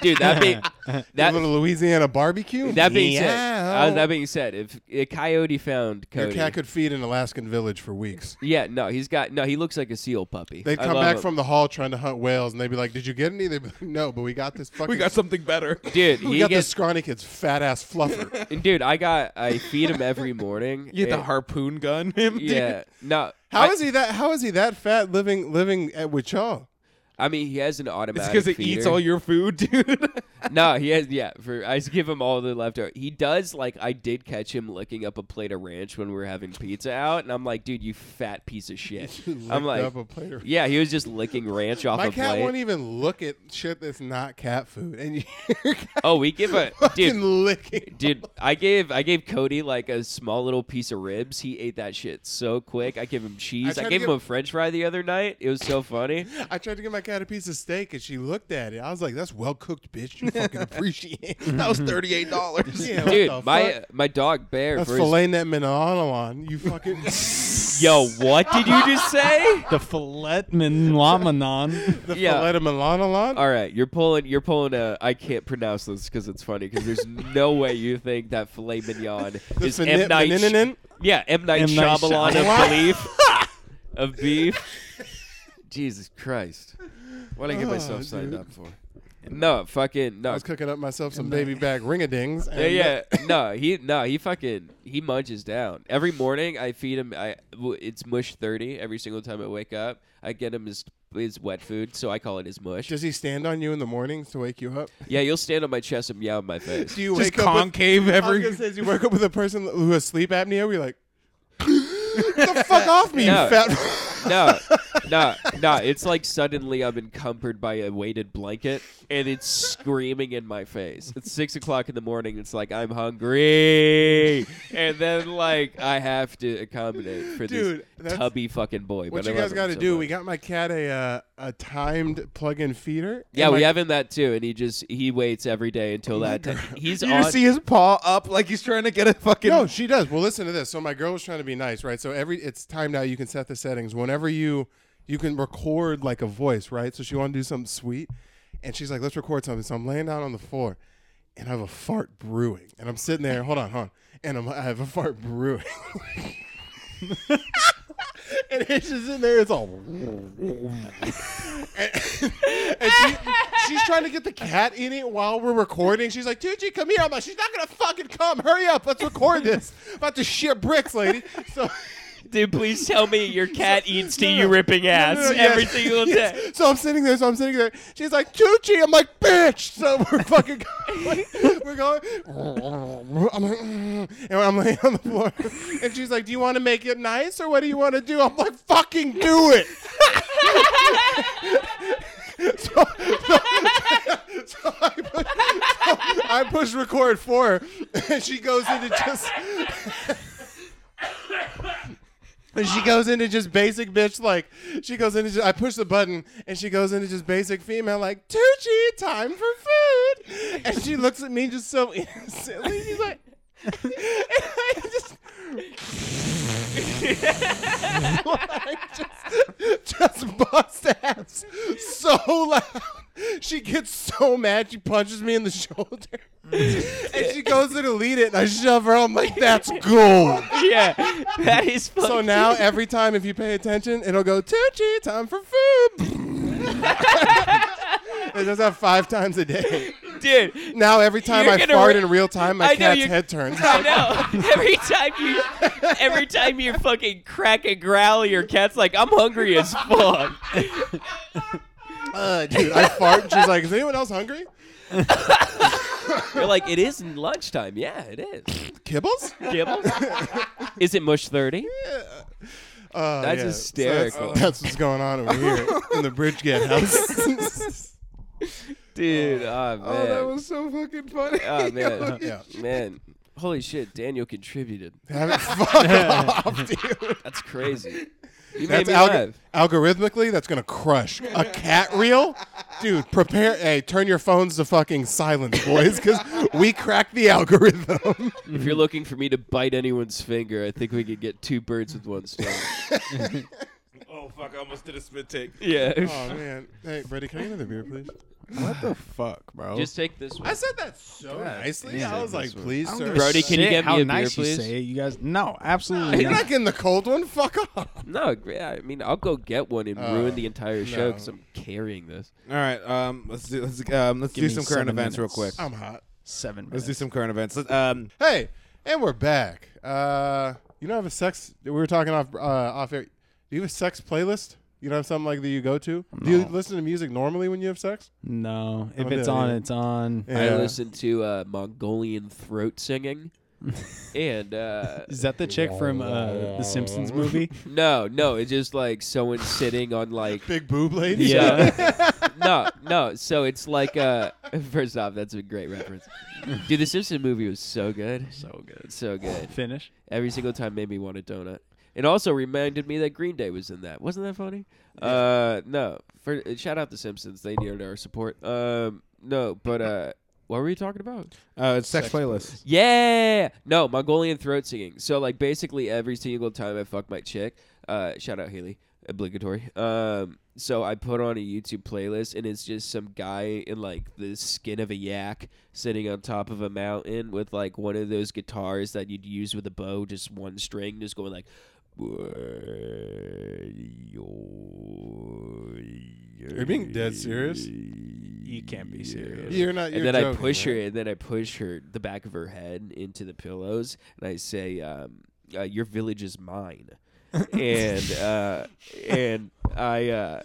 Speaker 2: dude. That being
Speaker 1: That,
Speaker 2: that
Speaker 1: little Louisiana barbecue.
Speaker 2: that being
Speaker 1: Yeah. oh.
Speaker 2: said, uh, that being said, if a coyote found
Speaker 1: Your
Speaker 2: Cody,
Speaker 1: cat could feed an Alaskan village for weeks.
Speaker 2: yeah, no, he's got no. He looks like a seal puppy.
Speaker 1: They'd
Speaker 2: I
Speaker 1: come
Speaker 2: love
Speaker 1: back
Speaker 2: him.
Speaker 1: from the hall trying to hunt whales, and they'd be like, "Did you get any?" They'd be like, "No, but we got this fucking.
Speaker 3: We got something better.
Speaker 2: dude.
Speaker 1: we
Speaker 2: he
Speaker 1: got
Speaker 2: gets,
Speaker 1: this scrawny kid's fat ass fluffer."
Speaker 2: dude. I got I feed him every morning.
Speaker 3: You had the
Speaker 2: and-
Speaker 3: harpoon gun him, dude.
Speaker 2: Yeah. No.
Speaker 1: How
Speaker 2: I,
Speaker 1: is he that? How is he that fat living living at with y'all?
Speaker 2: I mean, he has an
Speaker 3: It's
Speaker 2: automatic.
Speaker 3: because it
Speaker 2: feeder.
Speaker 3: eats all your food, dude.
Speaker 2: No, he has. Yeah. For I just give him all the leftover. He does like I did catch him licking up a plate of ranch when we were having pizza out, and I'm like, dude, you fat piece of shit. I'm like,
Speaker 1: up a plate of-
Speaker 2: yeah, he was just licking ranch off
Speaker 1: my
Speaker 2: a
Speaker 1: cat
Speaker 2: plate.
Speaker 1: won't even look at shit that's not cat food, and you
Speaker 2: oh, we give a
Speaker 1: fucking
Speaker 2: dude.
Speaker 1: licking.
Speaker 2: Dude, I gave I gave Cody like a small little piece of ribs. He ate that shit so quick. I give him cheese.
Speaker 1: tried
Speaker 2: I,
Speaker 1: to
Speaker 2: gave
Speaker 1: give-
Speaker 2: him a French fry the other night. It was so funny.
Speaker 1: I tried to give my cat a piece of steak, and she looked at it. I was like, "That's well cooked, bitch. You fucking appreciate." it."
Speaker 3: that was thirty-eight dollars.
Speaker 1: Yeah, what the
Speaker 2: Dude, my
Speaker 1: fuck?
Speaker 2: my dog Bear
Speaker 1: that's
Speaker 2: for his
Speaker 1: filleting that minanola on. You fucking.
Speaker 2: Yo, what did you just say?
Speaker 5: the Philetman Lamanon.
Speaker 1: The
Speaker 2: Yeah.
Speaker 1: filet of Milanolon?
Speaker 2: All right, you're pulling. You're pulling a. I can't pronounce this because it's funny. Because there's no way you think that filet mignon
Speaker 1: The
Speaker 2: is
Speaker 1: fini-
Speaker 2: M Night.
Speaker 1: fininin-
Speaker 2: yeah, M Night
Speaker 5: M. Night
Speaker 2: Shyamalan
Speaker 5: Shyamalan.
Speaker 2: of belief of beef. Jesus Christ, what did I get myself signed up for? No, fucking
Speaker 1: Ah, I
Speaker 2: no.
Speaker 1: was cooking up myself some baby back ring-a-dings. uh,
Speaker 2: Yeah, yeah, no, he no, he fucking he munches down every morning. I feed him. I w- it's mush thirty every single time I wake up. I get him his his wet food, so I call it his mush.
Speaker 1: Does he stand on you in the mornings to wake you up?
Speaker 2: Yeah, you'll stand on my chest and meow in my face.
Speaker 1: Do you
Speaker 3: Just
Speaker 1: wake up with,
Speaker 3: concave
Speaker 1: I was
Speaker 3: every.
Speaker 1: gonna say, do you wake up with a person who has sleep apnea? We're like, get the fuck off me,
Speaker 2: No.
Speaker 1: you fat.
Speaker 2: no, no, no. It's like suddenly I'm encumbered by a weighted blanket and it's screaming in my face. It's six o'clock in the morning. It's like I'm hungry, and then like I have to accommodate for
Speaker 1: Dude,
Speaker 2: this
Speaker 1: that's-
Speaker 2: tubby fucking boy.
Speaker 1: what
Speaker 2: but I
Speaker 1: you
Speaker 2: love
Speaker 1: guys
Speaker 2: him
Speaker 1: got to
Speaker 2: so
Speaker 1: do?
Speaker 2: much.
Speaker 1: We got my cat a uh, a timed plug-in feeder.
Speaker 2: yeah,
Speaker 1: And
Speaker 2: we
Speaker 1: my-
Speaker 2: have him that too, and he just he waits every day until that time. He's
Speaker 3: You
Speaker 2: on.
Speaker 3: just see his paw up like he's trying to get a fucking.
Speaker 1: No, she does. Well, listen to this. So my girl was trying to be nice, right? So every it's timed out. You can set the settings whenever you you can record like a voice, right? So she wanted to do something sweet, and she's like, "Let's record something." So I'm laying down on the floor, and I have a fart brewing, and I'm sitting there. Hold on, hold on. And I'm, I have a fart brewing. and it's just in there. It's all. and and she, she's trying to get the cat in it while we're recording. She's like, Tucci, come here. I'm like, she's not going to fucking come. Hurry up. Let's record this. about to shit bricks, lady. So.
Speaker 2: Dude, please tell me your cat eats to
Speaker 1: no,
Speaker 2: you
Speaker 1: no.
Speaker 2: ripping ass
Speaker 1: No, no, no,
Speaker 2: every
Speaker 1: yes,
Speaker 2: single
Speaker 1: yes.
Speaker 2: day.
Speaker 1: So I'm sitting there. So I'm sitting there. She's like, Tucci. I'm like, bitch. So we're fucking going. we're going. I'm like, "Mm," and I'm laying on the floor. And she's like, do you want to make it nice or what do you want to do? I'm like, fucking do it. so, so, so I, push, so I push record for her, and she goes into just. And she goes into just basic bitch like she goes into just, I push the button and she goes into just basic female like Tucci time for food and she looks at me just so innocently she's like and I just I just just bust ass so loud. She gets so mad, she punches me in the shoulder, and she goes to delete it. And I shove her. I'm like, "That's gold."
Speaker 2: Yeah, that is fucking.
Speaker 1: So now every time if you pay attention, it'll go Tucci, time for food. it does that five times a day.
Speaker 2: dude.
Speaker 1: Now every time
Speaker 2: You're
Speaker 1: I
Speaker 2: gonna
Speaker 1: fart
Speaker 2: re-
Speaker 1: in real time, my
Speaker 2: I know
Speaker 1: cat's
Speaker 2: you're-
Speaker 1: head turns.
Speaker 2: I know. Every time you, every time you fucking crack a growl, your cat's like, "I'm hungry as fuck."
Speaker 1: Uh, dude, I fart. And she's like, "Is anyone else hungry?
Speaker 2: You're like, "It is lunchtime." Yeah, it is.
Speaker 1: Kibbles?"
Speaker 2: Gibbles? Is it mush thirty?
Speaker 1: Uh,
Speaker 2: That's
Speaker 1: So that's-
Speaker 2: hysterical.
Speaker 1: that's, what's going on over here in the Bridgegate house.
Speaker 2: Dude, oh man,
Speaker 3: Oh, that was so fucking funny.
Speaker 2: oh man,
Speaker 1: yeah.
Speaker 2: man, holy shit, Daniel contributed.
Speaker 1: Have it fuck off, dude.
Speaker 2: That's crazy. You made
Speaker 1: That's
Speaker 2: me
Speaker 1: alg-
Speaker 2: laugh.
Speaker 1: algorithmically. That's gonna crush a cat reel, dude. Prepare. Hey, turn your phones to fucking silence, boys, because we cracked the algorithm.
Speaker 2: If you're looking for me to bite anyone's finger, I think we could get two birds with one stone.
Speaker 4: Oh fuck! I almost did a spit take.
Speaker 2: yeah.
Speaker 1: oh man. Hey, Brady, can I get another beer, please?
Speaker 3: What the fuck,
Speaker 1: Oh,
Speaker 3: bro?
Speaker 2: Just take this one.
Speaker 1: I said that so nicely.
Speaker 5: yeah,
Speaker 1: I was like, please,
Speaker 3: I don't
Speaker 1: sir.
Speaker 3: give a
Speaker 2: Brody, can you
Speaker 5: Shit,
Speaker 2: get me
Speaker 5: how
Speaker 2: a
Speaker 5: nice
Speaker 2: beer,
Speaker 5: you
Speaker 2: please?
Speaker 5: say it. You guys, no, absolutely.
Speaker 1: You're
Speaker 5: not.
Speaker 1: not getting the cold one. Fuck off.
Speaker 2: No, gr- I mean I'll go get one and
Speaker 1: Oh,
Speaker 5: Uh,
Speaker 2: ruin the entire show
Speaker 1: no.
Speaker 2: because I'm carrying this.
Speaker 4: All right, um, let's do let's um, let's
Speaker 5: Give
Speaker 4: do
Speaker 5: me
Speaker 4: some current
Speaker 5: seven
Speaker 4: events
Speaker 5: minutes.
Speaker 4: real quick.
Speaker 1: I'm hot.
Speaker 5: Seven
Speaker 4: Let's
Speaker 5: minutes.
Speaker 4: do some current events. Let- Um,
Speaker 1: Hey, and we're back. Uh, you don't have a sex. We were talking off uh, off air. Do you have a sex playlist? You don't have something like that you go to? Do you
Speaker 5: No.
Speaker 1: listen to music normally when you have sex?
Speaker 5: Oh, no, if
Speaker 1: don't
Speaker 5: it's
Speaker 1: do it
Speaker 5: on,
Speaker 1: either.
Speaker 5: it's on.
Speaker 2: I listen to uh, Mongolian throat singing, and uh,
Speaker 5: Is that the chick from uh, the Simpsons movie?
Speaker 2: no, no, it's just like someone sitting on like
Speaker 1: Big boob lady.
Speaker 2: Yeah. no, no. So it's like uh first off, that's a great reference. Dude, the Simpson movie was so good.
Speaker 5: so good.
Speaker 2: So good.
Speaker 5: Finish.
Speaker 2: Every single time made me want a donut. It also reminded me that Green Day was in that. Wasn't that funny? Uh no. For uh, shout out the Simpsons. They needed our support. Um no, but uh what were we talking about?
Speaker 4: uh, it's sex, playlist.
Speaker 2: Yeah. No, Mongolian throat singing. So like basically every single time I fuck my chick, uh shout out Haley, obligatory. Um so I put on a YouTube playlist and it's just some guy in like the skin of a yak sitting on top of a mountain with like one of those guitars that you'd use with a bow, just one string, just going like
Speaker 1: You're being dead serious.
Speaker 5: You can't be serious.
Speaker 1: You're not. You're
Speaker 2: and then I
Speaker 1: joking,
Speaker 2: push
Speaker 1: right?
Speaker 2: her, and then I push her the back of her head into the pillows, and I say, um, uh, "Your village is mine," and uh, and I uh,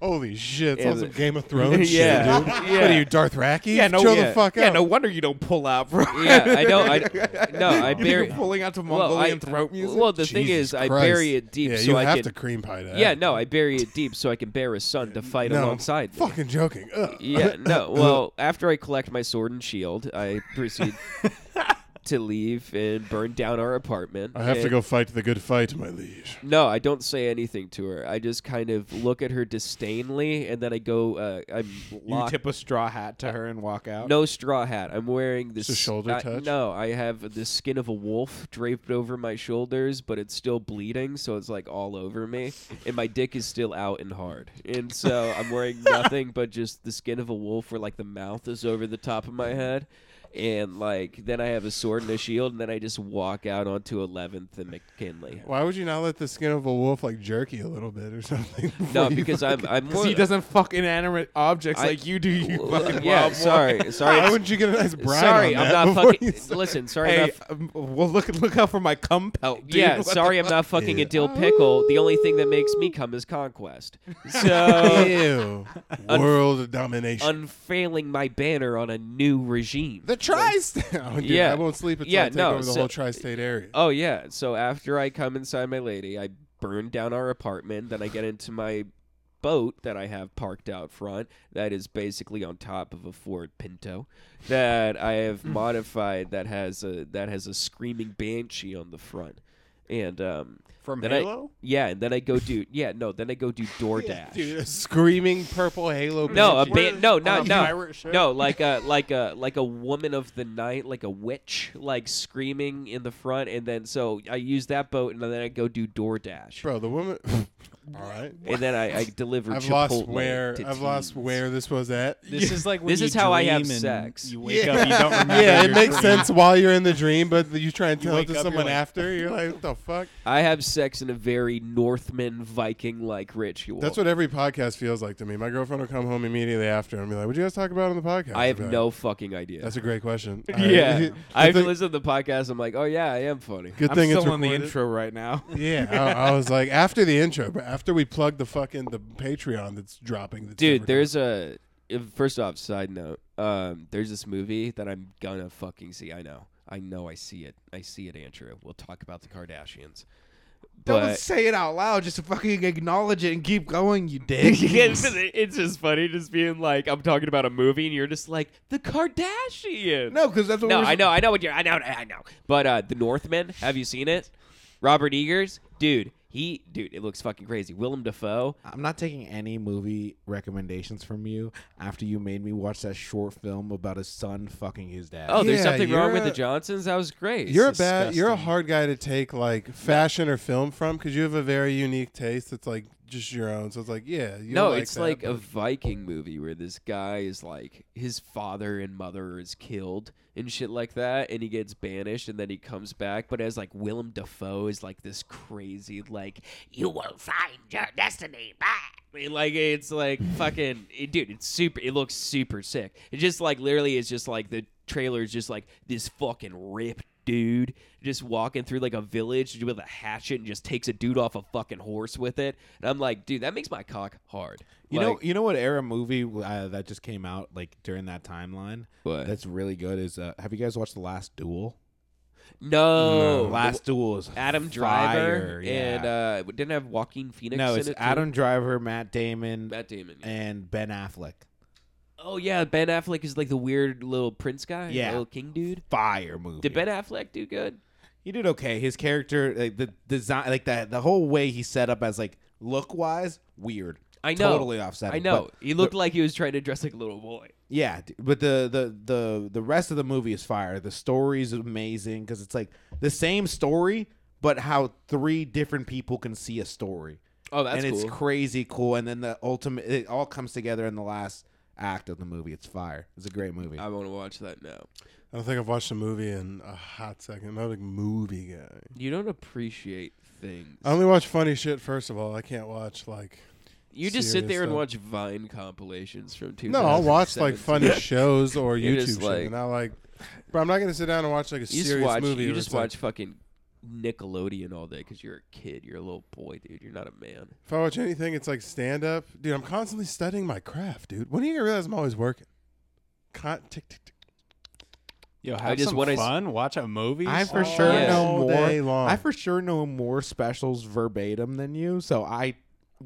Speaker 1: Holy shit! It's
Speaker 2: Yeah,
Speaker 1: on some
Speaker 2: the-
Speaker 1: Game of Thrones
Speaker 2: Yeah.
Speaker 1: shit, dude.
Speaker 2: Yeah.
Speaker 1: What are you, Darth Racky? Chill the fuck out.
Speaker 4: wonder you don't pull out, bro.
Speaker 2: yeah, I don't, I no, I
Speaker 4: You think you're
Speaker 2: bury.
Speaker 4: pulling out to
Speaker 2: Well,
Speaker 4: Mongolian
Speaker 2: I,
Speaker 4: throat music.
Speaker 2: well, the thing
Speaker 1: Jesus
Speaker 2: is, I
Speaker 1: Christ.
Speaker 2: bury it deep
Speaker 1: Yeah,
Speaker 2: so
Speaker 1: you
Speaker 2: I
Speaker 1: have
Speaker 2: can.
Speaker 1: to cream pie that.
Speaker 2: yeah, no, I bury it deep so I can bear a son to fight
Speaker 1: No, I'm
Speaker 2: alongside. me.
Speaker 1: Fucking joking. Ugh.
Speaker 2: Yeah, no. Well, after I collect my sword and shield, I proceed to leave and burn down our apartment.
Speaker 1: I have to
Speaker 2: and-
Speaker 1: go fight the good fight, my liege.
Speaker 2: No, I don't say anything to her. I just kind of look at her disdainly, and then I go. Uh, I'm
Speaker 4: you
Speaker 2: locked.
Speaker 4: tip a straw hat to her and walk out.
Speaker 2: no straw hat. I'm wearing this
Speaker 1: Just a shoulder
Speaker 2: I-
Speaker 1: touch?
Speaker 2: No, I have the skin of a wolf draped over my shoulders, but it's still bleeding, so it's like all over me, and my dick is still out and hard. And so I'm wearing nothing but just the skin of a wolf, where like the mouth is over the top of my head. And like then I have a sword and a shield, and then I just walk out onto 11th and McKinley.
Speaker 1: Why would you not let the skin of a wolf like jerky a little bit or something?
Speaker 2: No,
Speaker 1: before you
Speaker 2: because I'm I'm more.
Speaker 4: because he doesn't fuck inanimate objects
Speaker 2: I-
Speaker 4: like you do. You
Speaker 2: Well,
Speaker 4: fucking
Speaker 2: yeah,
Speaker 4: wild boy.
Speaker 2: sorry,
Speaker 1: Why
Speaker 2: sorry,
Speaker 1: wouldn't you get a nice bride?
Speaker 2: sorry.
Speaker 1: on
Speaker 2: I'm
Speaker 1: that
Speaker 2: not
Speaker 1: before
Speaker 2: fucking.
Speaker 1: you-
Speaker 2: Listen, sorry. I'm
Speaker 4: Hey,
Speaker 2: not,
Speaker 4: um, well, look look out for my cum pelt, dude.
Speaker 2: yeah,
Speaker 4: What the
Speaker 2: sorry. I'm not fucking
Speaker 1: Yeah. Oh.
Speaker 2: a dill pickle. The only thing that makes me come is conquest. So
Speaker 1: Ew. World domination.
Speaker 2: unfailing my banner on a new regime.
Speaker 1: the tri-state. Oh, dude,
Speaker 2: Yeah.
Speaker 1: I won't sleep until
Speaker 2: Yeah,
Speaker 1: I take
Speaker 2: no,
Speaker 1: over the
Speaker 2: so-
Speaker 1: whole tri-state area.
Speaker 2: Oh yeah. So after I come inside my lady, I burn down our apartment. Then I get into my boat that I have parked out front. That is basically on top of a Ford Pinto that I have modified. That has a that has a screaming banshee on the front. And um,
Speaker 4: From
Speaker 2: then
Speaker 4: Halo?
Speaker 2: I, yeah, and then I go do yeah no. Then I go do DoorDash.
Speaker 1: Dude, a screaming purple halo.
Speaker 2: No, a
Speaker 5: uh,
Speaker 1: banshee.
Speaker 2: ban- no,
Speaker 4: on
Speaker 2: not
Speaker 4: a
Speaker 2: no,
Speaker 4: pirate ship?
Speaker 2: no, like a like a like a woman of the night, like a witch, like screaming in the front, and then so I use that boat, and then I go do DoorDash.
Speaker 1: Bro, the woman. All right.
Speaker 2: and then I, I deliver.
Speaker 1: I've lost
Speaker 2: Chipotle
Speaker 1: where
Speaker 2: to
Speaker 1: I've lost
Speaker 2: teens.
Speaker 1: where this was at.
Speaker 5: This is like when
Speaker 2: This
Speaker 5: you
Speaker 2: is how I have
Speaker 5: dream and
Speaker 2: sex.
Speaker 5: You wake up, you don't remember.
Speaker 1: yeah, it
Speaker 5: your
Speaker 1: makes
Speaker 5: dream.
Speaker 1: sense while you're in the dream, but you try and tell it
Speaker 5: wake
Speaker 1: to
Speaker 5: up, you're
Speaker 1: someone
Speaker 5: like-
Speaker 1: after. You're like, what the fuck?
Speaker 2: I have sex in a very Northman Viking like ritual.
Speaker 1: That's what every podcast feels like to me. My girlfriend will come home immediately after and be like, "What would you guys talk about on the podcast?"
Speaker 2: I have
Speaker 1: today?"
Speaker 2: no fucking idea.
Speaker 1: That's a great question.
Speaker 2: yeah, I
Speaker 1: I
Speaker 2: have to
Speaker 1: think,
Speaker 2: listen to the podcast. I'm like, oh yeah, I am funny.
Speaker 1: good
Speaker 4: I'm
Speaker 1: thing
Speaker 4: still
Speaker 1: it's
Speaker 4: on the
Speaker 1: recorded.
Speaker 4: intro right now.
Speaker 1: Yeah, I, I was like after the intro, but after we plug the fucking the Patreon that's dropping. That's
Speaker 2: Dude,
Speaker 1: never-
Speaker 2: there's a. if- First off, side note. Um, there's this movie that I'm gonna fucking see. I know. I know. I see it. I see it, Andrew. We'll talk about the Kardashians.
Speaker 4: Don't
Speaker 2: But
Speaker 4: say it out loud. Just fucking acknowledge it and keep going, you dick.
Speaker 2: it's, it's just funny, just being like, I'm talking about a movie, and you're just like, the Kardashians.
Speaker 4: No, because that's what
Speaker 2: No,
Speaker 4: we're
Speaker 2: I know, I know what you're. I know, I know. But uh, the Northman, have you seen it? Robert Eagers, dude, he, dude, it looks fucking crazy. Willem Dafoe,
Speaker 4: I'm not taking any movie recommendations from you after you made me watch that short film about his son fucking his dad.
Speaker 2: Oh, there's
Speaker 1: Yeah,
Speaker 2: something wrong
Speaker 1: you're
Speaker 2: with the
Speaker 1: a-
Speaker 2: Johnsons. That was great.
Speaker 1: you're a bad, you're a
Speaker 4: disgusting.
Speaker 1: hard guy to take like fashion or film from because you have a very unique taste. That's like just your own. So it's like, yeah, you
Speaker 2: no,
Speaker 1: like
Speaker 2: it's
Speaker 1: that,
Speaker 2: like
Speaker 1: but-
Speaker 2: a Viking movie where this guy is like his father and mother is killed and shit like that, and he gets banished, and then he comes back, but as like Willem Dafoe is like this crazy like you will find your destiny back. I mean, like it's like fucking it- dude. It's super. It looks super sick. It just like literally is just like the trailer is just like this fucking ripped dude just walking through like a village with a hatchet and just takes a dude off a fucking horse with it. And I'm like, dude, that makes my cock hard.
Speaker 4: you know,
Speaker 2: Like,
Speaker 4: you know what era movie uh, that just came out like during that timeline?
Speaker 2: What?
Speaker 4: That's really good. Is uh, have you guys watched The Last Duel?
Speaker 2: no,
Speaker 4: Last Duel is
Speaker 2: Oh, Adam
Speaker 4: fire,
Speaker 2: Driver
Speaker 4: yeah.
Speaker 2: and uh, didn't have Joaquin Phoenix.
Speaker 4: no,
Speaker 2: in
Speaker 4: it's
Speaker 2: it, too?
Speaker 4: Adam Driver, Matt Damon,
Speaker 2: Matt Damon. yeah.
Speaker 4: and Ben Affleck.
Speaker 2: Oh yeah, Ben Affleck is like the weird little prince guy,
Speaker 4: Yeah.
Speaker 2: little king dude.
Speaker 4: Fire movie.
Speaker 2: Did Ben Affleck do good?
Speaker 4: He did okay. His character, like the design, like the the whole way he set up as like look wise, weird.
Speaker 2: I know.
Speaker 4: totally offset.
Speaker 2: I know. He looked like he was trying to dress like a little boy.
Speaker 4: Yeah, d- but the the the the rest of the movie is fire. The story's amazing because it's like the same story, but how three different people can see a story,
Speaker 2: Oh, that's
Speaker 4: and
Speaker 2: cool.
Speaker 4: it's crazy cool. And then the ultimate, it all comes together in the last act of the movie. It's fire. It's a great movie.
Speaker 2: I want to watch that now.
Speaker 1: I don't think I've watched a movie in a hot second. I'm not a big movie guy.
Speaker 2: You don't appreciate things.
Speaker 1: I only watch funny shit. First of all, I can't watch like
Speaker 2: you just sit
Speaker 1: serious
Speaker 2: there and
Speaker 1: stuff.
Speaker 2: watch Vine compilations from two.
Speaker 1: no. I'll watch like funny shows or
Speaker 2: You're
Speaker 1: YouTube
Speaker 2: just
Speaker 1: shit,
Speaker 2: like-
Speaker 1: and I like. But I'm not gonna sit down and watch like a
Speaker 2: You just
Speaker 1: serious
Speaker 2: watch.
Speaker 1: movie.
Speaker 2: you
Speaker 1: where
Speaker 2: just
Speaker 1: it's like-
Speaker 2: watch fucking Nickelodeon all day because you're a kid. You're a little boy, dude. You're not a man.
Speaker 1: If I watch anything, it's like stand up, dude. I'm constantly studying my craft, dude. When are you gonna realize I'm always working? Con- tick, tick, tick.
Speaker 5: Yo, have
Speaker 2: I just
Speaker 5: some
Speaker 2: wanna s-
Speaker 5: fun. watch a movie.
Speaker 4: I for
Speaker 1: All
Speaker 4: sure
Speaker 2: Yeah.
Speaker 4: know
Speaker 1: day
Speaker 4: more.
Speaker 1: long.
Speaker 4: I for sure know more specials verbatim than you. So I,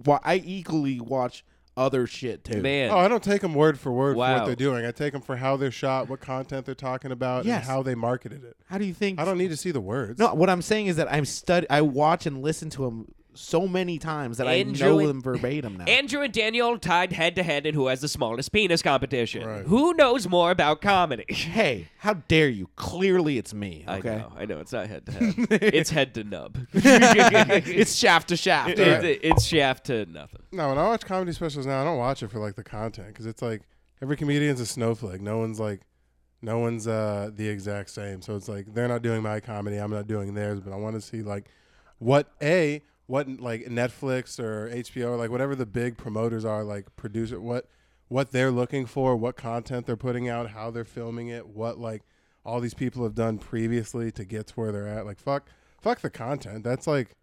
Speaker 4: wa- I equally watch other shit too.
Speaker 2: Man,
Speaker 1: Oh, I don't take them word for word for
Speaker 2: Wow.
Speaker 1: what they're doing. I take them for how they're shot, what content they're talking about,
Speaker 4: Yes.
Speaker 1: and how they marketed it.
Speaker 4: How do you think?
Speaker 1: I don't need to see the words.
Speaker 4: No, what I'm saying is that I'm stud. I watch and listen to them so many times that I
Speaker 2: Andrew
Speaker 4: know
Speaker 2: and-
Speaker 4: them verbatim now.
Speaker 2: Andrew and Daniel tied head to head in who has the smallest penis competition.
Speaker 1: Right.
Speaker 2: Who knows more about comedy?
Speaker 4: hey, how dare you? Clearly, it's me.
Speaker 2: I
Speaker 4: Okay,
Speaker 2: know. I know. It's not head to head. It's head to nub. it's
Speaker 4: it's shaft to shaft.
Speaker 2: It- it- it's shaft to nothing.
Speaker 1: No, when I watch comedy specials now, I don't watch it for like the content because it's like every comedian's a snowflake. No one's like, no one's uh, the exact same. So it's like they're not doing my comedy, I'm not doing theirs. But I want to see like what a what like Netflix or HBO or like whatever the big promoters are like producer what what they're looking for, what content they're putting out, how they're filming it, what like all these people have done previously to get to where they're at. Like fuck, fuck the content. That's like.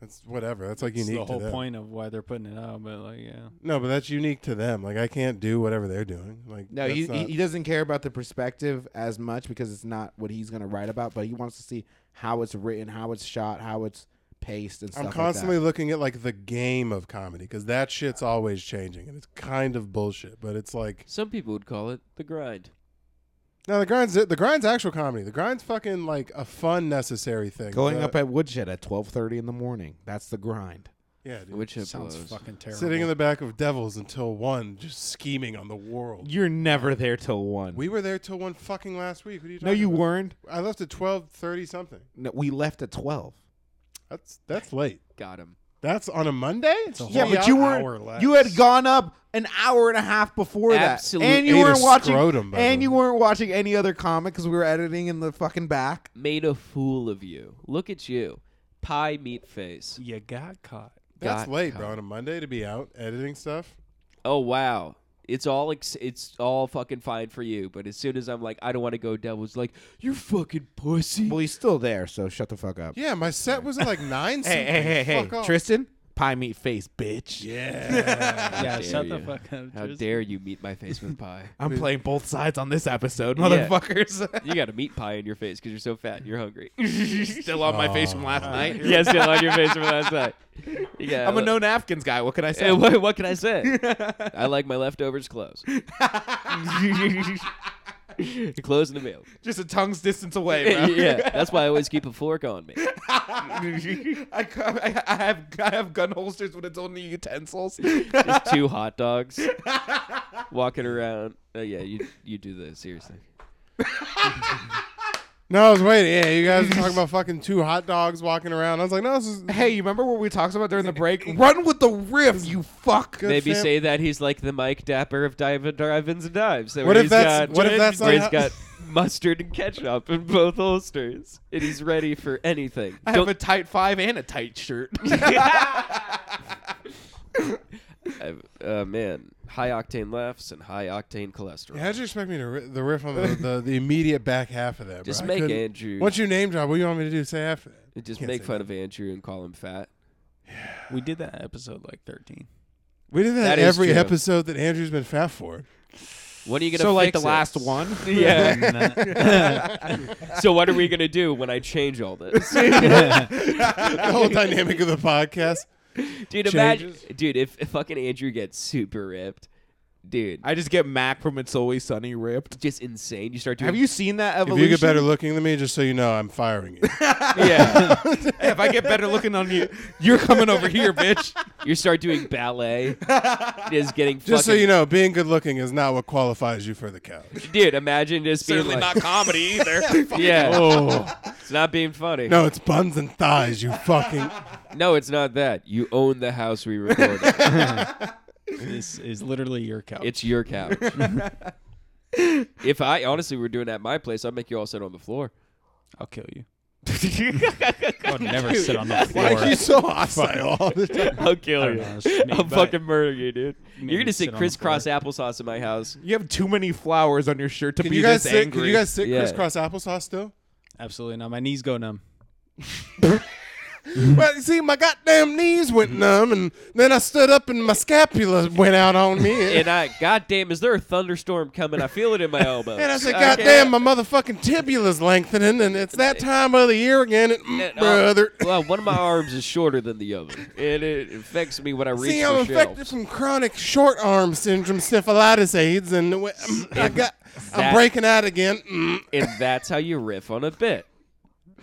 Speaker 1: That's whatever. That's like
Speaker 5: It's
Speaker 1: unique
Speaker 5: the whole
Speaker 1: to them.
Speaker 5: point of why they're putting it out, but like, yeah.
Speaker 1: No, but that's unique to them. Like I can't do whatever they're doing. Like
Speaker 4: No,
Speaker 1: that's
Speaker 4: he,
Speaker 1: not-
Speaker 4: he he doesn't care about the perspective as much because it's not what he's gonna write about, but he wants to see how it's written, how it's shot, how it's paced, and stuff.
Speaker 1: I'm
Speaker 4: like
Speaker 1: constantly
Speaker 4: that.
Speaker 1: looking at like the game of comedy because that shit's always changing and it's kind of bullshit. But it's like
Speaker 2: Some people would call it the grind.
Speaker 1: no, the grind's the grind's actual comedy. The grind's fucking like a fun necessary thing.
Speaker 4: going
Speaker 1: The-
Speaker 4: up at woodshed at 12:30 in the morning. That's the grind.
Speaker 1: yeah, dude.
Speaker 2: Which it
Speaker 5: Sounds
Speaker 2: blows.
Speaker 5: fucking terrible.
Speaker 1: sitting in the back of devils until one, just scheming on the world.
Speaker 4: You're never there till one.
Speaker 1: We were there till one fucking last week. What are you
Speaker 4: no,
Speaker 1: talking
Speaker 4: you
Speaker 1: about?
Speaker 4: weren't.
Speaker 1: I left at twelve thirty something.
Speaker 4: No, we left at 12.
Speaker 1: That's that's late.
Speaker 2: Got him.
Speaker 1: That's on a Monday. It's
Speaker 4: Yeah,
Speaker 1: only
Speaker 4: but
Speaker 1: an
Speaker 4: you were
Speaker 1: hour less.
Speaker 4: you had gone up an hour and a half before
Speaker 2: Absolute-
Speaker 4: that, and you
Speaker 1: Ate a
Speaker 4: weren't watching,
Speaker 1: scrotum, by
Speaker 4: and
Speaker 1: the
Speaker 4: you
Speaker 1: way.
Speaker 4: weren't watching any other comic because we were editing in the fucking back.
Speaker 2: Made a fool of you. Look at you, pie meat face.
Speaker 5: You got caught.
Speaker 1: That's
Speaker 2: got
Speaker 1: late,
Speaker 2: caught.
Speaker 1: bro. On a Monday to be out editing stuff.
Speaker 2: Oh wow. It's all ex- it's all fucking fine for you, but as soon as I'm like, I don't want to go, Devil's like, you fucking pussy.
Speaker 4: Well, he's still there, so shut the fuck up.
Speaker 1: Yeah, my set was at like nine.
Speaker 4: Hey, hey, hey, hey,
Speaker 1: Fuck off.
Speaker 4: Tristan, pie meat face, bitch.
Speaker 1: Yeah.
Speaker 5: yeah,
Speaker 2: dare
Speaker 5: shut the
Speaker 2: you.
Speaker 5: fuck up.
Speaker 2: How
Speaker 5: Tristan.
Speaker 2: dare you meet my face with pie?
Speaker 4: I'm playing both sides on this episode,
Speaker 2: Yeah.
Speaker 4: motherfuckers.
Speaker 2: You got a meat pie in your face because you're so fat and you're hungry.
Speaker 4: still on my face from last night.
Speaker 2: yeah, still on your face from last night. You got-
Speaker 4: I'm a no napkins guy. What can I say?
Speaker 2: Hey, what, what can I say? I like my leftovers close. close in the mail.
Speaker 4: Just a tongue's distance away, bro.
Speaker 2: yeah, that's why I always keep a fork on me.
Speaker 4: I, ca- I, I have I have gun holsters when it's only utensils.
Speaker 2: Just two hot dogs walking around. Oh yeah, you you do this seriously.
Speaker 1: No, I was waiting. Yeah, you guys were talking about fucking two hot dogs walking around. I was like, no, this is
Speaker 4: hey, you remember what we talked about during the break? Run with the riff, you fuck.
Speaker 1: good.
Speaker 2: Maybe
Speaker 1: fam-
Speaker 2: say that he's like the Mike Dapper of dive, Dive-Ins and Dives. where
Speaker 1: What if
Speaker 2: he's
Speaker 1: that's-
Speaker 2: got,
Speaker 1: what if that's
Speaker 2: where
Speaker 1: unho-
Speaker 2: he's got mustard and ketchup in both holsters, and he's ready for anything.
Speaker 4: I have
Speaker 2: Don't,
Speaker 4: a tight five and a tight shirt.
Speaker 2: I- uh, man, high octane laughs and high octane cholesterol.
Speaker 1: How'd you expect me to ri- the riff on the, the, the immediate back half of that?
Speaker 2: Just
Speaker 1: bro? I
Speaker 2: make
Speaker 1: couldn't-
Speaker 2: Andrew-
Speaker 1: Once you name drop, what do you want me to do? Say after that?
Speaker 2: And just
Speaker 1: Can't
Speaker 2: make
Speaker 1: say
Speaker 2: fun
Speaker 1: that.
Speaker 2: of Andrew and call him fat.
Speaker 5: We did that episode like 13.
Speaker 1: We did that,
Speaker 2: That is
Speaker 1: every
Speaker 2: true.
Speaker 1: episode that Andrew's been fat for.
Speaker 2: When are you gonna?
Speaker 4: so like the
Speaker 2: fix it?
Speaker 4: last one.
Speaker 2: Yeah. so what are we gonna do when I change all this?
Speaker 1: the whole dynamic of the podcast.
Speaker 2: dude, imagine, dude, if, if fucking Andrew gets super ripped, dude,
Speaker 4: I just get Mac from It's Always Sunny ripped.
Speaker 2: just insane. You start doing.
Speaker 4: Have you seen that
Speaker 1: If
Speaker 4: evolution?
Speaker 1: you get better looking than me, just so you know, I'm firing you.
Speaker 2: Yeah,
Speaker 4: if I get better looking on you, you're coming over here, bitch.
Speaker 2: you start doing ballet. Just getting.
Speaker 1: just so
Speaker 2: fucking,
Speaker 1: you know, being good looking is not what qualifies you for the couch.
Speaker 2: dude. Imagine just being like,
Speaker 4: comedy either.
Speaker 2: yeah,
Speaker 1: Oh
Speaker 2: it's not being funny.
Speaker 1: no, it's buns and thighs. You fucking.
Speaker 2: No, it's not that. You own the house we recorded.
Speaker 5: This is literally your couch.
Speaker 2: it's your couch. if I honestly were doing that at my place, I'd make you all sit on the floor.
Speaker 5: I'll kill you. I would never sit on the floor.
Speaker 1: Why are you so hostile all the time?
Speaker 2: I'll kill you.
Speaker 5: know, it's me,
Speaker 2: I'm
Speaker 5: but-
Speaker 2: fucking murdering you, dude.
Speaker 5: Maybe
Speaker 2: You're gonna
Speaker 5: sit
Speaker 2: sit
Speaker 5: on the
Speaker 2: crisscross applesauce in my house.
Speaker 4: you have too many flowers on your shirt to
Speaker 1: Can
Speaker 4: be
Speaker 1: you guys
Speaker 4: this
Speaker 1: sit?
Speaker 4: angry.
Speaker 1: Can you guys sit
Speaker 2: Yeah.
Speaker 1: crisscross applesauce still?
Speaker 5: Absolutely not. My knees go numb.
Speaker 1: Well, you see, my goddamn knees went numb, and then I stood up and my scapula went out on me.
Speaker 2: And I, goddamn, is there a thunderstorm coming? I feel it in my elbow.
Speaker 1: And I said, God damn, my motherfucking tibula's lengthening, and it's that time of the year again, and, mm,
Speaker 2: oh,
Speaker 1: brother.
Speaker 2: uh, well, one of my arms is shorter than the other, and it affects me when I reach
Speaker 1: See,
Speaker 2: for
Speaker 1: I'm infected
Speaker 2: shelves.
Speaker 1: from chronic short arm syndrome, syphilitis, AIDS, and the way- mm, I got, I'm
Speaker 2: That-
Speaker 1: breaking out again. Mm.
Speaker 2: and that's how you riff on a bit.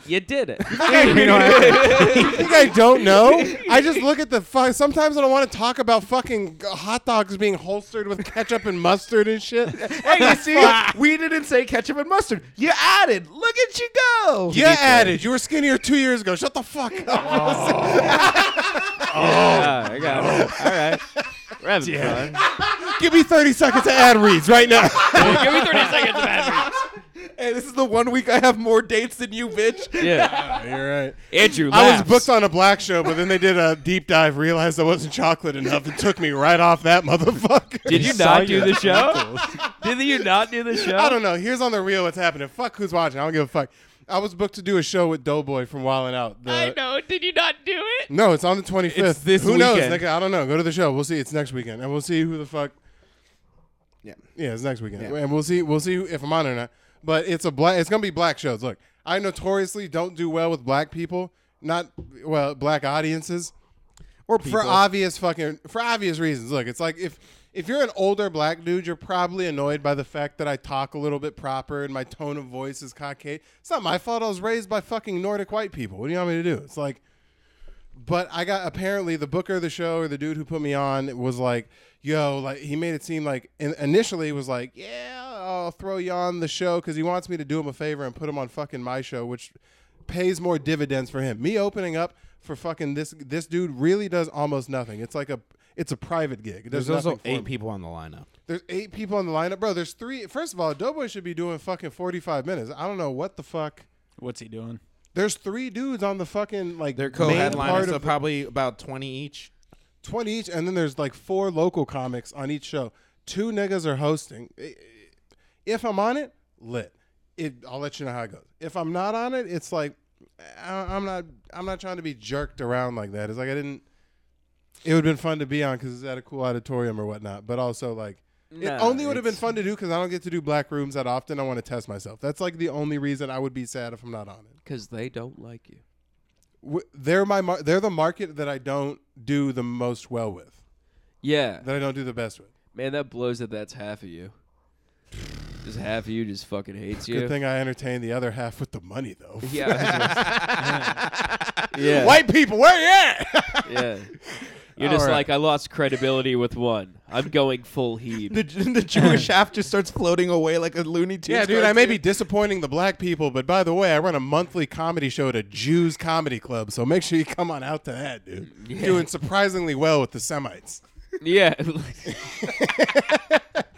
Speaker 2: You did it.
Speaker 1: you know, I, you think I don't know. I just look at the fuck. Sometimes I don't want to talk about fucking hot dogs being holstered with ketchup and mustard and shit.
Speaker 4: Hey, you see, we didn't say ketchup and mustard. You added. Look at you go.
Speaker 1: You added. You were skinnier two years ago. Shut the fuck up.
Speaker 2: Oh.
Speaker 1: Oh.
Speaker 2: Ah, I got it. All right. We're having fun.
Speaker 1: Give me 30 seconds to ad reads right now.
Speaker 2: Give me 30 seconds of ad
Speaker 4: Hey, this is the one week I have more dates than you, bitch.
Speaker 2: reads. Yeah.
Speaker 1: You're right.
Speaker 2: Andrew
Speaker 1: I was
Speaker 2: laughs.
Speaker 1: booked on a black show, but then they did a deep dive, realized I wasn't chocolate enough, and took me right off that motherfucker.
Speaker 2: Did you
Speaker 5: saw
Speaker 2: not do
Speaker 5: your
Speaker 2: the show? Did you not do the show?
Speaker 1: I don't know. Here's on the real what's happening. Fuck who's watching. I don't give a fuck. I was booked to do a show with Doughboy from Wildin' Out. The,
Speaker 2: I know. Did you not do it?
Speaker 1: No, it's on the 25th.
Speaker 4: It's this
Speaker 1: who knows?
Speaker 4: weekend.
Speaker 1: Nigga, I don't know. Go to the show. We'll see. It's next weekend, and we'll see who the fuck.
Speaker 4: Yeah.
Speaker 1: Yeah, it's next weekend,
Speaker 4: Yeah.
Speaker 1: and we'll see. We'll see if I'm on or not. But it's a black. It's gonna be black shows. Look, I notoriously don't do well with black people. Not well, black audiences
Speaker 4: Or
Speaker 1: for obvious fucking for obvious reasons. Look, it's like if if you're an older black dude, you're probably annoyed by the fact that I talk a little bit proper and my tone of voice is cockade. It's not my fault. I was raised by fucking Nordic white people. What do you want me to do? It's like, but I got apparently the booker of the show or the dude who put me on was like, yo, like he made it seem like in, initially was like, yeah, I'll throw you on the show because he wants me to do him a favor and put him on fucking my show, which pays more dividends for him. Me opening up for fucking this. This dude really does almost nothing. It's like a it's a private gig. It does
Speaker 4: There's also
Speaker 1: nothing for
Speaker 4: eight
Speaker 1: him.
Speaker 4: people on the lineup.
Speaker 1: There's eight people on the lineup, bro. There's three. First of all, Doughboy should be doing fucking 45 minutes. I don't know what the fuck.
Speaker 5: What's he doing?
Speaker 1: There's three dudes on the fucking like
Speaker 4: They're
Speaker 1: main
Speaker 4: co-headliners,
Speaker 1: part
Speaker 4: so
Speaker 1: of the-
Speaker 4: probably about twenty each.
Speaker 1: 20 each, and then there's like four local comics on each show. Two niggas are hosting. I- I- If I'm on it, lit. It, I'll let you know how it goes. If I'm not on it, it's like I- I'm not. I'm not trying to be jerked around like that. It's like I didn't. It would have been fun to be on because it's at a cool auditorium or whatnot. But also like. It
Speaker 2: Nah,
Speaker 1: only would have been
Speaker 2: it's-
Speaker 1: fun to do because I don't get to do black rooms that often. I want to test myself. That's like the only reason I would be sad if I'm not on it
Speaker 2: because they don't like you.
Speaker 1: w- they're my mar- they're the market that I don't do the most well with,
Speaker 2: Yeah,
Speaker 1: that I don't do the best with.
Speaker 2: man, that blows that that's half of you. Just half of you just fucking hates
Speaker 1: Good
Speaker 2: you.
Speaker 1: thing I entertain the other half with the money though.
Speaker 2: Yeah. yeah.
Speaker 1: White people, where you at?
Speaker 2: Yeah. You're just
Speaker 1: All right.
Speaker 2: like I lost credibility with one. I'm going full heed.
Speaker 4: The, the Jewish half just starts floating away like a Looney Tunes.
Speaker 1: yeah, dude, I may be disappointing the black people, but by the way, I run a monthly comedy show at a Jews comedy club, so make sure you come on out to that, dude. Doing surprisingly well with the Semites.
Speaker 2: yeah.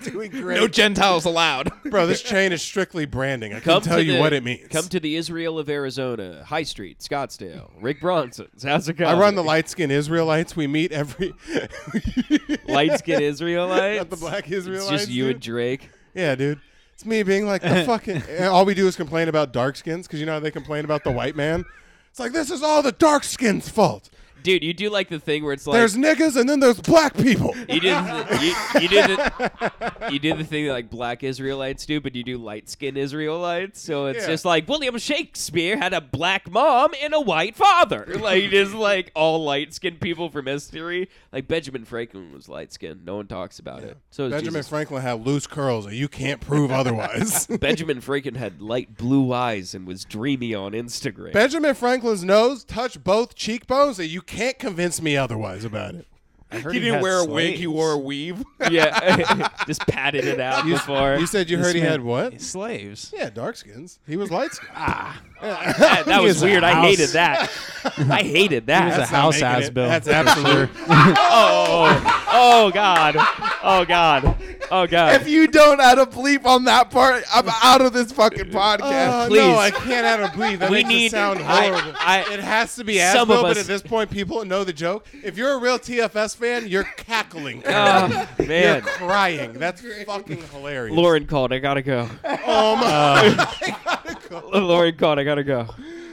Speaker 1: Doing
Speaker 4: no
Speaker 1: great.
Speaker 4: Gentiles allowed.
Speaker 1: Bro, this chain is strictly branding. I
Speaker 2: come
Speaker 1: can't tell
Speaker 2: to
Speaker 1: you
Speaker 2: the-
Speaker 1: what it means.
Speaker 2: Come to the Israel of Arizona, High Street, Scottsdale, Rick Bronson's. How's it going?
Speaker 1: I run the light skinned Israelites. We meet every
Speaker 2: light skin Israelites.
Speaker 1: Not the black
Speaker 2: It's
Speaker 1: Israelites.
Speaker 2: just you
Speaker 1: dude.
Speaker 2: and Drake.
Speaker 1: Yeah, dude. It's me being like the fucking. and all we do is complain about dark skins because you know how they complain about the white man. It's like this is all the dark skins' fault.
Speaker 2: Dude, you do like the thing where it's like
Speaker 1: There's niggas and then there's black people.
Speaker 2: you did you, you did the, you did the thing that like black Israelites do, but you do light skin Israelites. So it's
Speaker 1: Yeah.
Speaker 2: just like William Shakespeare had a black mom and a white father. Like just like all light skinned people from history. Like Benjamin Franklin was light skinned. No one talks about it. So it's
Speaker 1: Benjamin
Speaker 2: Jesus.
Speaker 1: Franklin had loose curls, and you can't prove otherwise.
Speaker 2: Benjamin Franklin had light blue eyes and was dreamy on Instagram.
Speaker 1: Benjamin Franklin's nose touched both cheekbones, and you can't convince me otherwise about it.
Speaker 5: I heard
Speaker 4: He didn't wear a wig. He wore a weave.
Speaker 2: yeah, just patted it out before.
Speaker 1: You said you heard he had what?
Speaker 5: slaves.
Speaker 1: Yeah, dark skins. He was light skinned.
Speaker 2: that, that was weird. I hated that. I hated that.
Speaker 5: He was a house ass bill.
Speaker 1: That's absolute.
Speaker 2: oh, oh god. Oh god. Oh
Speaker 4: If
Speaker 2: god.
Speaker 4: you don't add a bleep on that part, I'm out of this fucking podcast.
Speaker 1: Uh,
Speaker 2: Please.
Speaker 1: No, I can't add a bleep. That
Speaker 2: We
Speaker 1: makes
Speaker 2: need-
Speaker 1: it sound
Speaker 2: I-
Speaker 1: horrible.
Speaker 2: I-
Speaker 1: it has to be
Speaker 2: some
Speaker 1: Asheville,
Speaker 2: of
Speaker 1: but
Speaker 2: us-
Speaker 1: at this point, people know the joke. If you're a real TFS fan, you're cackling.
Speaker 2: Oh,
Speaker 1: you're
Speaker 2: man.
Speaker 1: crying. That's fucking hilarious.
Speaker 2: Lauren called. I gotta go.
Speaker 1: Oh my-
Speaker 2: Lauren called. I gotta go.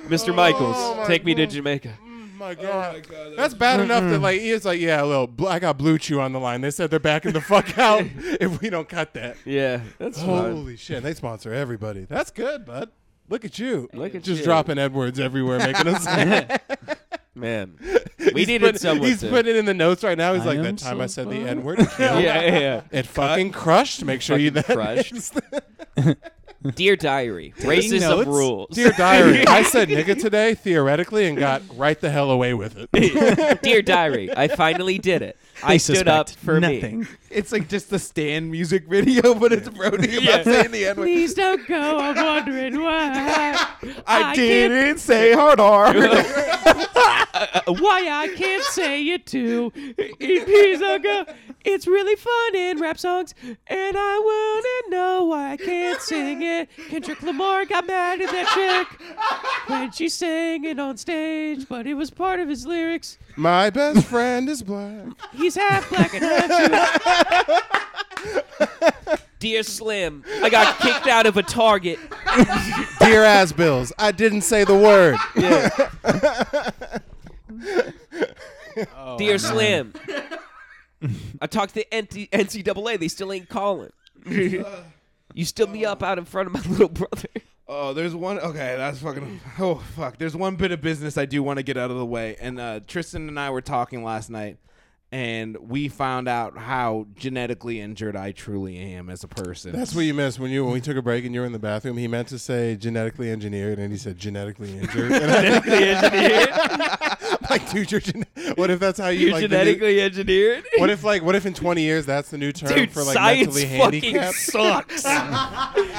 Speaker 2: Mr. Michaels,
Speaker 1: Oh, my
Speaker 2: take me to
Speaker 1: God.
Speaker 2: Jamaica.
Speaker 1: Oh my god. That's bad enough that like it's like yeah, well, bl- I got Blue Chew on the line. They said they're backing the fuck out if we don't cut that.
Speaker 2: Yeah, that's fine.
Speaker 1: Holy shit! They sponsor everybody. That's good, bud. Look at you.
Speaker 2: Look at
Speaker 1: just
Speaker 2: you.
Speaker 1: dropping Edwards everywhere, making us.
Speaker 2: man. We
Speaker 1: He's
Speaker 2: needed
Speaker 1: putting-
Speaker 2: someone.
Speaker 1: He's
Speaker 2: to-
Speaker 1: putting it in the notes right now. He's
Speaker 5: I
Speaker 1: like,
Speaker 5: am
Speaker 1: that time I
Speaker 5: so
Speaker 1: said the
Speaker 5: fine."
Speaker 1: N word.
Speaker 2: Yeah, yeah, yeah.
Speaker 1: It fucking crushed. Make sure you that
Speaker 2: Fucking crushed.
Speaker 1: next.
Speaker 2: Dear diary,
Speaker 5: Taking
Speaker 2: racism
Speaker 5: notes?
Speaker 2: rules.
Speaker 1: Dear diary, I said nigga today theoretically and got right the hell away with it.
Speaker 2: Dear diary, I finally did it. I stood up for
Speaker 5: nothing.
Speaker 2: me.
Speaker 4: It's like just the Stan music video, but it's Brody about
Speaker 2: Yeah.
Speaker 4: saying the N word.
Speaker 2: Please don't go. I'm wondering why.
Speaker 4: I,
Speaker 2: I
Speaker 4: didn't say hard R.
Speaker 2: Why I can't say it E too. Please don't go. It's really fun in rap songs, and I wanna know why I can't sing it. Kendrick Lamar got mad at that chick when she sang it on stage, but it was part of his lyrics.
Speaker 1: My best friend is black.
Speaker 2: He's half black and half Jew. Dear Slim, I got kicked out of a Target.
Speaker 1: Dear ass bills, I didn't say the word.
Speaker 2: Dear Slim, I talked to NT- NCAA. They still ain't calling. you stood me up out in front of my little brother.
Speaker 4: Oh, there's one. Okay, that's fucking. Oh, fuck. There's one bit of business I do want to get out of the way. And uh, Tristan and I were talking last night, and we found out how genetically injured I truly am as a person.
Speaker 1: That's what you missed when you when we took a break and you were in the bathroom. He meant to say genetically engineered, and he said genetically injured. And I, like, dude, you're gen- what if that's how you
Speaker 2: You're
Speaker 1: like the new-
Speaker 2: genetically engineered.
Speaker 1: what if like what if in 20 years that's the new term
Speaker 2: Dude,
Speaker 1: for like
Speaker 2: science
Speaker 1: mentally
Speaker 2: fucking
Speaker 1: handicapped?
Speaker 2: sucks.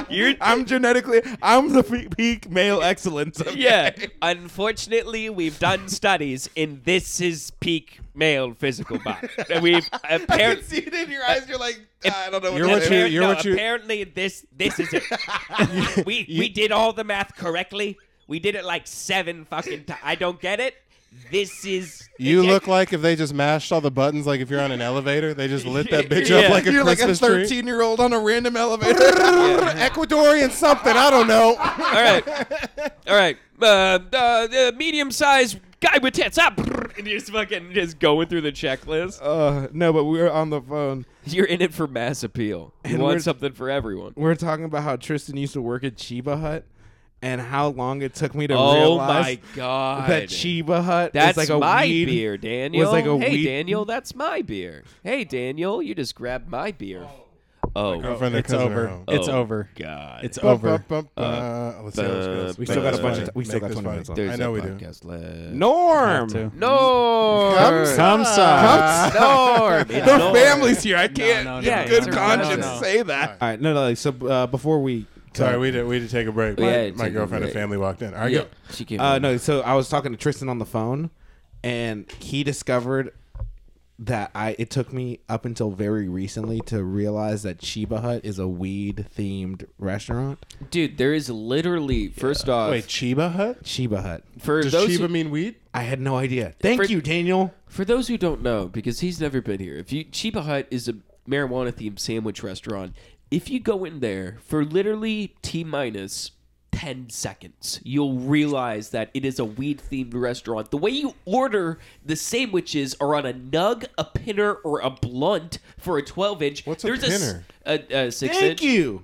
Speaker 2: You're
Speaker 4: I'm genetically, I'm the pe- peak male excellence. okay?
Speaker 2: yeah. Unfortunately, we've done studies, and this is peak male physical body. We've
Speaker 4: I can
Speaker 2: apparently.
Speaker 4: see it in your eyes. You're like, "Ah, I don't know what
Speaker 1: You're
Speaker 4: that
Speaker 1: what
Speaker 4: is."
Speaker 1: you- you're
Speaker 2: no,
Speaker 1: what you-
Speaker 2: apparently this this is it. we we did all the math correctly. We did it like seven fucking times. I don't get it. This is
Speaker 1: You look like if they just mashed all the buttons, like if you're on an elevator, they just lit that bitch up
Speaker 2: Yeah.
Speaker 1: like a
Speaker 4: You're like a
Speaker 1: Christmas tree.
Speaker 4: 13 year old on a random elevator.
Speaker 1: Ecuadorian something, I don't know.
Speaker 2: all right, all right. Uh, uh, the medium sized guy with tits up, and just fucking just going through the checklist.
Speaker 4: uh, no, but we were on the phone.
Speaker 2: You're in it for mass appeal. You
Speaker 4: And we're-
Speaker 2: want something for everyone.
Speaker 4: We were talking about how Tristan used to work at Chiba Hut and how long it took me to
Speaker 2: Oh my
Speaker 4: realize
Speaker 2: god.
Speaker 4: that Chiba Hut
Speaker 2: that's
Speaker 4: is like a
Speaker 2: my
Speaker 4: weed.
Speaker 2: beer, Daniel.
Speaker 4: like a
Speaker 2: hey,
Speaker 4: weed-
Speaker 2: Daniel, that's my beer. Hey, Daniel, you just grabbed my beer. Oh,
Speaker 1: Girlfriend,
Speaker 5: It's over. It's
Speaker 2: Oh,
Speaker 5: over.
Speaker 2: God.
Speaker 5: It's over.
Speaker 1: Uh, Let's see how this goes.
Speaker 4: uh, We still got a bunch of- we
Speaker 1: Make
Speaker 4: still got
Speaker 1: this
Speaker 4: 20 minutes
Speaker 1: funny.
Speaker 4: left.
Speaker 1: I know we do.
Speaker 4: Norm.
Speaker 5: Have to.
Speaker 2: Norm.
Speaker 5: Come side.
Speaker 2: Norm. It's
Speaker 4: The
Speaker 2: Norm.
Speaker 4: family's here. I can't,
Speaker 5: no,
Speaker 4: in
Speaker 2: no,
Speaker 4: good
Speaker 2: no, no,
Speaker 4: conscience,
Speaker 5: no.
Speaker 4: say that. All right, no, no. So uh, before we,
Speaker 1: Sorry, we did. We did take a break.
Speaker 2: We
Speaker 1: My,
Speaker 2: had to
Speaker 1: my
Speaker 2: take a
Speaker 1: girlfriend and
Speaker 2: break.
Speaker 1: family walked in. All right,
Speaker 2: Yeah,
Speaker 1: go.
Speaker 2: she came.
Speaker 4: Uh,
Speaker 2: in.
Speaker 4: no, so I was talking to Tristan on the phone, and he discovered that I. It took me up until very recently to realize that Chiba Hut is a weed themed restaurant.
Speaker 2: dude, there is literally first off
Speaker 1: Wait, Chiba Hut?
Speaker 4: Chiba Hut.
Speaker 2: for
Speaker 1: Does
Speaker 2: those who-
Speaker 1: Chiba mean weed?
Speaker 4: I had no idea. Thank
Speaker 2: For-
Speaker 4: you, Daniel.
Speaker 2: For those who don't know, because he's never been here, if you Chiba Hut is a marijuana themed sandwich restaurant. If you go in there for literally T minus ten seconds, you'll realize that it is a weed themed restaurant. The way you order the sandwiches are on a nug, a pinner, or a blunt for a twelve inch.
Speaker 1: What's a pinner?
Speaker 2: A, s- a, a six
Speaker 4: Thank
Speaker 2: inch.
Speaker 4: you.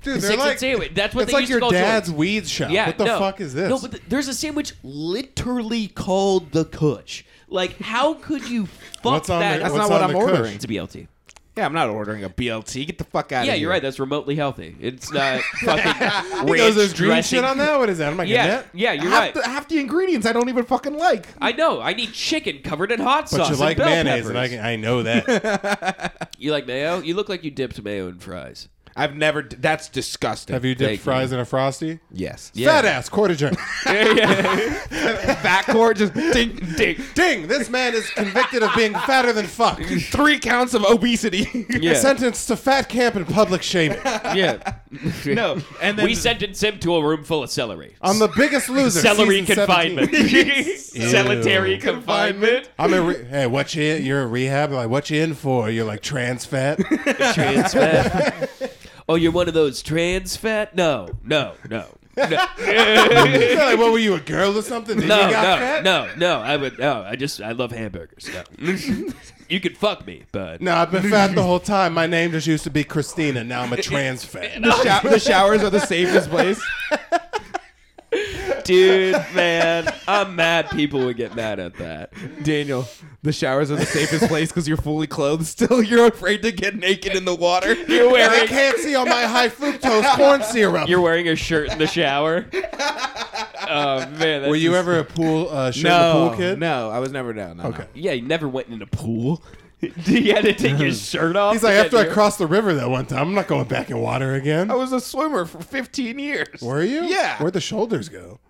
Speaker 1: Dude,
Speaker 2: Six and sandwich. That's what
Speaker 1: it's
Speaker 2: they
Speaker 1: like
Speaker 2: used to
Speaker 1: your
Speaker 2: call joints.
Speaker 1: dad's weed shop.
Speaker 2: Yeah,
Speaker 1: what the
Speaker 2: no.
Speaker 1: fuck is this?
Speaker 2: No, but th- there's a sandwich literally called the Kush. Like, how could you fuck
Speaker 1: what's on
Speaker 2: that?
Speaker 1: the,
Speaker 4: That's
Speaker 1: what's
Speaker 4: not what
Speaker 1: on the
Speaker 4: I'm
Speaker 1: Kush?
Speaker 4: ordering.
Speaker 2: It's a BLT.
Speaker 4: Yeah, I'm not ordering a BLT. Get the fuck out of
Speaker 2: Yeah,
Speaker 4: here.
Speaker 2: you're right. That's remotely healthy. It's not fucking.
Speaker 1: He goes,
Speaker 2: ranch
Speaker 1: there's green
Speaker 2: dressing."
Speaker 1: shit on that. What is that? I'm like,
Speaker 2: Yeah,
Speaker 1: net?
Speaker 2: yeah, you're
Speaker 4: half,
Speaker 2: right.
Speaker 4: the, half the ingredients I don't even fucking like.
Speaker 2: I know. I need chicken covered in hot sauce.
Speaker 1: But you
Speaker 2: and
Speaker 1: like
Speaker 2: bell
Speaker 1: mayonnaise, and I,
Speaker 2: peppers.
Speaker 1: can, I know that.
Speaker 2: You like mayo? You look like you dipped mayo in fries.
Speaker 4: I've never. d- That's disgusting.
Speaker 1: Have you dipped
Speaker 2: Thank you.
Speaker 1: fries in a frosty?
Speaker 4: Yes.
Speaker 2: Yeah.
Speaker 1: Fat ass quarter jerk.
Speaker 4: Backcourt just ding, ding.
Speaker 1: Ding! This man is convicted of being fatter than fuck.
Speaker 4: Three counts of obesity.
Speaker 1: Sentenced to fat camp and public shaming.
Speaker 2: yeah.
Speaker 4: no, and then
Speaker 2: we sentenced him to a room full of celery.
Speaker 1: I'm the biggest loser.
Speaker 2: Celery
Speaker 1: season 17.
Speaker 2: confinement. Solitary confinement.
Speaker 1: I'm in. Re- hey, what you? In? You're in rehab. Like, what you in for? You're like trans fat.
Speaker 2: trans fat. oh, you're one of those trans fat? No, no, no.
Speaker 1: You're like, what were you, a girl or something? Then
Speaker 2: No,
Speaker 1: you got
Speaker 2: no,
Speaker 1: fat?
Speaker 2: no, no. I would no, I just I love hamburgers. No. you could fuck me, but
Speaker 1: No, I've been fat the whole time. My name just used to be Christina. Now I'm a trans fat.
Speaker 4: the, shou- the showers are the safest place.
Speaker 2: dude, man, I'm mad people would get mad at that.
Speaker 4: Daniel, the showers are the safest place because you're fully clothed. Still, you're afraid to get naked in the water.
Speaker 2: You're
Speaker 1: And I
Speaker 2: wearing
Speaker 1: can't see all my high fructose corn syrup.
Speaker 2: you're wearing a shirt in the shower. Oh man, that's
Speaker 1: were you
Speaker 2: just-
Speaker 1: ever a pool uh, shirt in the
Speaker 4: no,
Speaker 1: pool kid?
Speaker 4: no, I was never down. No, no.
Speaker 1: Okay.
Speaker 2: Yeah, you never went in a pool. you had to take your shirt off.
Speaker 1: He's like,
Speaker 2: to get
Speaker 1: after I
Speaker 2: here?
Speaker 1: crossed the river that one time, I'm not going back in water again.
Speaker 4: I
Speaker 2: Oh,
Speaker 4: was a swimmer for 15 years.
Speaker 1: Were you?
Speaker 4: Yeah.
Speaker 1: Where'd the shoulders go?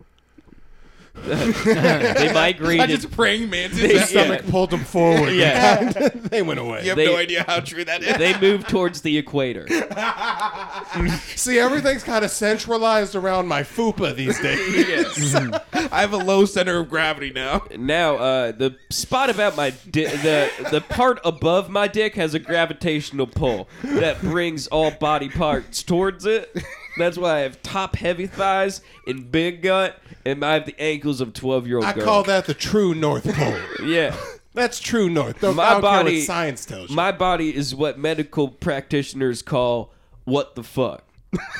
Speaker 2: they
Speaker 4: I
Speaker 2: migrated.
Speaker 4: just praying mantis.
Speaker 2: They-
Speaker 4: out.
Speaker 1: Stomach pulled them forward.
Speaker 2: Yeah.
Speaker 1: they went away.
Speaker 4: You have
Speaker 2: They-
Speaker 4: no idea how true that is.
Speaker 2: they moved towards the equator.
Speaker 1: See, everything's kind of centralized around my fupa these days.
Speaker 4: I have a low center of gravity now.
Speaker 2: Now, uh, the spot about my di- the the part above my dick has a gravitational pull that brings all body parts towards it. That's why I have top heavy thighs and big gut, and I have the ankles of twelve year old
Speaker 1: I
Speaker 2: girls.
Speaker 1: call that the true North Pole.
Speaker 2: yeah.
Speaker 1: That's true North. Don't,
Speaker 2: My
Speaker 1: I don't care
Speaker 2: body-
Speaker 1: what science tells you.
Speaker 2: My body is what medical practitioners call what the fuck.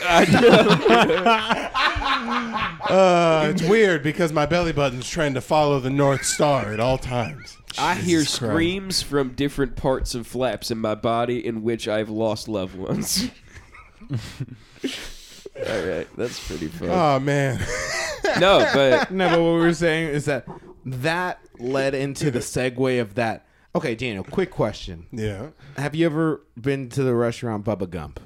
Speaker 2: I know.
Speaker 1: uh, it's weird because my belly button's trying to follow the North Star at all times.
Speaker 2: I hear
Speaker 1: Jesus Christ.
Speaker 2: screams from different parts of flaps in my body in which I've lost loved ones. All right, that's pretty fun.
Speaker 1: Oh man!
Speaker 2: no, but
Speaker 4: No, but what we were saying is that that led into the segue of that. Okay, Daniel, quick question.
Speaker 1: Yeah.
Speaker 4: Have you ever been to the restaurant Bubba Gump?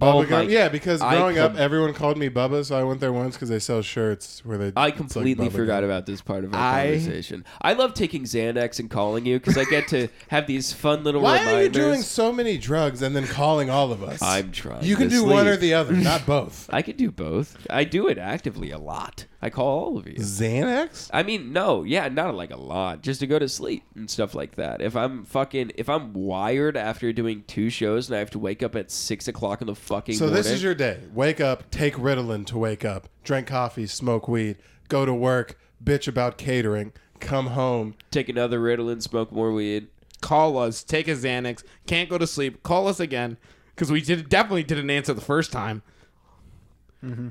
Speaker 2: Oh
Speaker 1: Bubba
Speaker 2: my-
Speaker 1: Gump. Yeah, because
Speaker 2: I
Speaker 1: growing up,
Speaker 2: com-
Speaker 1: everyone called me Bubba, so I went there once because they sell shirts where they.
Speaker 2: I
Speaker 1: it's like
Speaker 2: completely
Speaker 1: Bubba
Speaker 2: forgot
Speaker 1: Gump.
Speaker 2: about this part of our
Speaker 4: I-
Speaker 2: conversation. I love taking Xanax and calling you because I get to have these fun little
Speaker 1: Why
Speaker 2: reminders.
Speaker 1: are you doing so many drugs and then calling all of us?
Speaker 2: I'm trying.
Speaker 1: You can
Speaker 2: to
Speaker 1: do one
Speaker 2: sleep.
Speaker 1: or the other, not both.
Speaker 2: I can do both. I do it actively a lot. I call all of you.
Speaker 1: Xanax?
Speaker 2: I mean, no, yeah, not like a lot, just to go to sleep and stuff like that. If I'm fucking, if I'm wired after doing two shows and I have to wake up at six o'clock in the fucking
Speaker 1: So
Speaker 2: morning,
Speaker 1: this is your day. Wake up, take Ritalin to wake up, drink coffee, smoke weed, go to work, bitch about catering, come home.
Speaker 2: take another Ritalin, smoke more weed.
Speaker 4: Call us, take a Xanax, can't go to sleep, call us again because we did definitely didn't answer the first time.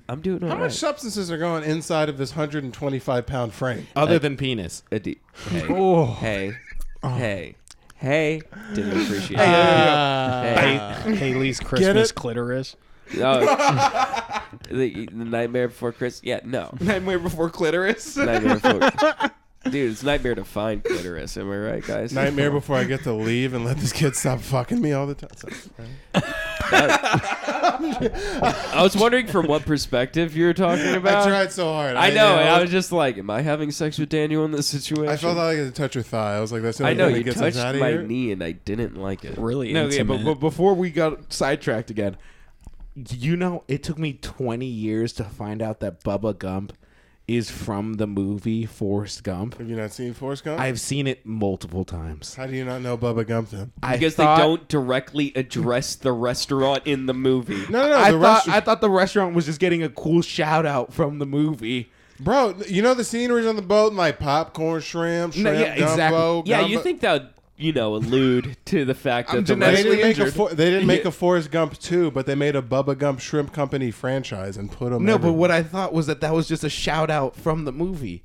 Speaker 2: I'm doing all
Speaker 1: How much
Speaker 2: right.
Speaker 1: substances are going inside of this 125 pound frame?
Speaker 4: Other than penis.
Speaker 2: A D- hey,
Speaker 1: Oh.
Speaker 2: hey, hey, hey, didn't appreciate it.
Speaker 1: Ah.
Speaker 2: Hey.
Speaker 5: Haley's Christmas
Speaker 1: it?
Speaker 5: clitoris.
Speaker 2: Oh, the, the Nightmare Before Christmas. Yeah, no.
Speaker 4: Nightmare Before Clitoris.
Speaker 2: Nightmare Before. Dude, it's Nightmare to Find Clitoris. Am I right, guys?
Speaker 1: Nightmare before I get to leave and let this kid stop fucking me all the time.
Speaker 2: I was wondering from what perspective you were talking about.
Speaker 1: I tried so hard.
Speaker 2: I know, and I
Speaker 1: nailed-
Speaker 2: was just like, am I having sex with Daniel in this situation?
Speaker 1: I felt like I could touch her thigh. I was like, that's the
Speaker 2: I
Speaker 1: only
Speaker 2: know
Speaker 1: thing that
Speaker 2: you
Speaker 1: gets
Speaker 2: touched
Speaker 1: us out of
Speaker 2: my
Speaker 1: here.
Speaker 2: knee and I didn't like it.
Speaker 5: Really
Speaker 4: No, yeah, but,
Speaker 5: intimate.
Speaker 4: but before we got sidetracked again, you know, it took me 20 years to find out that Bubba Gump is from the movie Forrest Gump.
Speaker 1: Have you not seen Forrest Gump?
Speaker 4: I've seen it multiple times.
Speaker 1: How do you not know Bubba Gump then?
Speaker 4: I
Speaker 2: Because
Speaker 4: thought-
Speaker 2: they don't directly address the restaurant in the movie.
Speaker 1: No, no, no.
Speaker 4: I
Speaker 1: the
Speaker 4: thought
Speaker 1: rest,
Speaker 4: I thought the restaurant was just getting a cool shout out from the movie.
Speaker 1: bro, you know the sceneries on the boat and like popcorn, shrimp, shrimp,
Speaker 4: No, yeah, exactly.
Speaker 1: gumbo,
Speaker 2: yeah, you
Speaker 1: gumbo-
Speaker 2: think that would, you know, allude to the fact
Speaker 4: I'm
Speaker 2: that the
Speaker 1: They
Speaker 2: restaurant.
Speaker 4: genetically-
Speaker 1: didn't, make a
Speaker 4: injured.
Speaker 1: for, they didn't make a Forrest Gump 2, but they made a Bubba Gump Shrimp Company franchise and put them
Speaker 4: No, but what I thought was that that was just a shout out from the movie.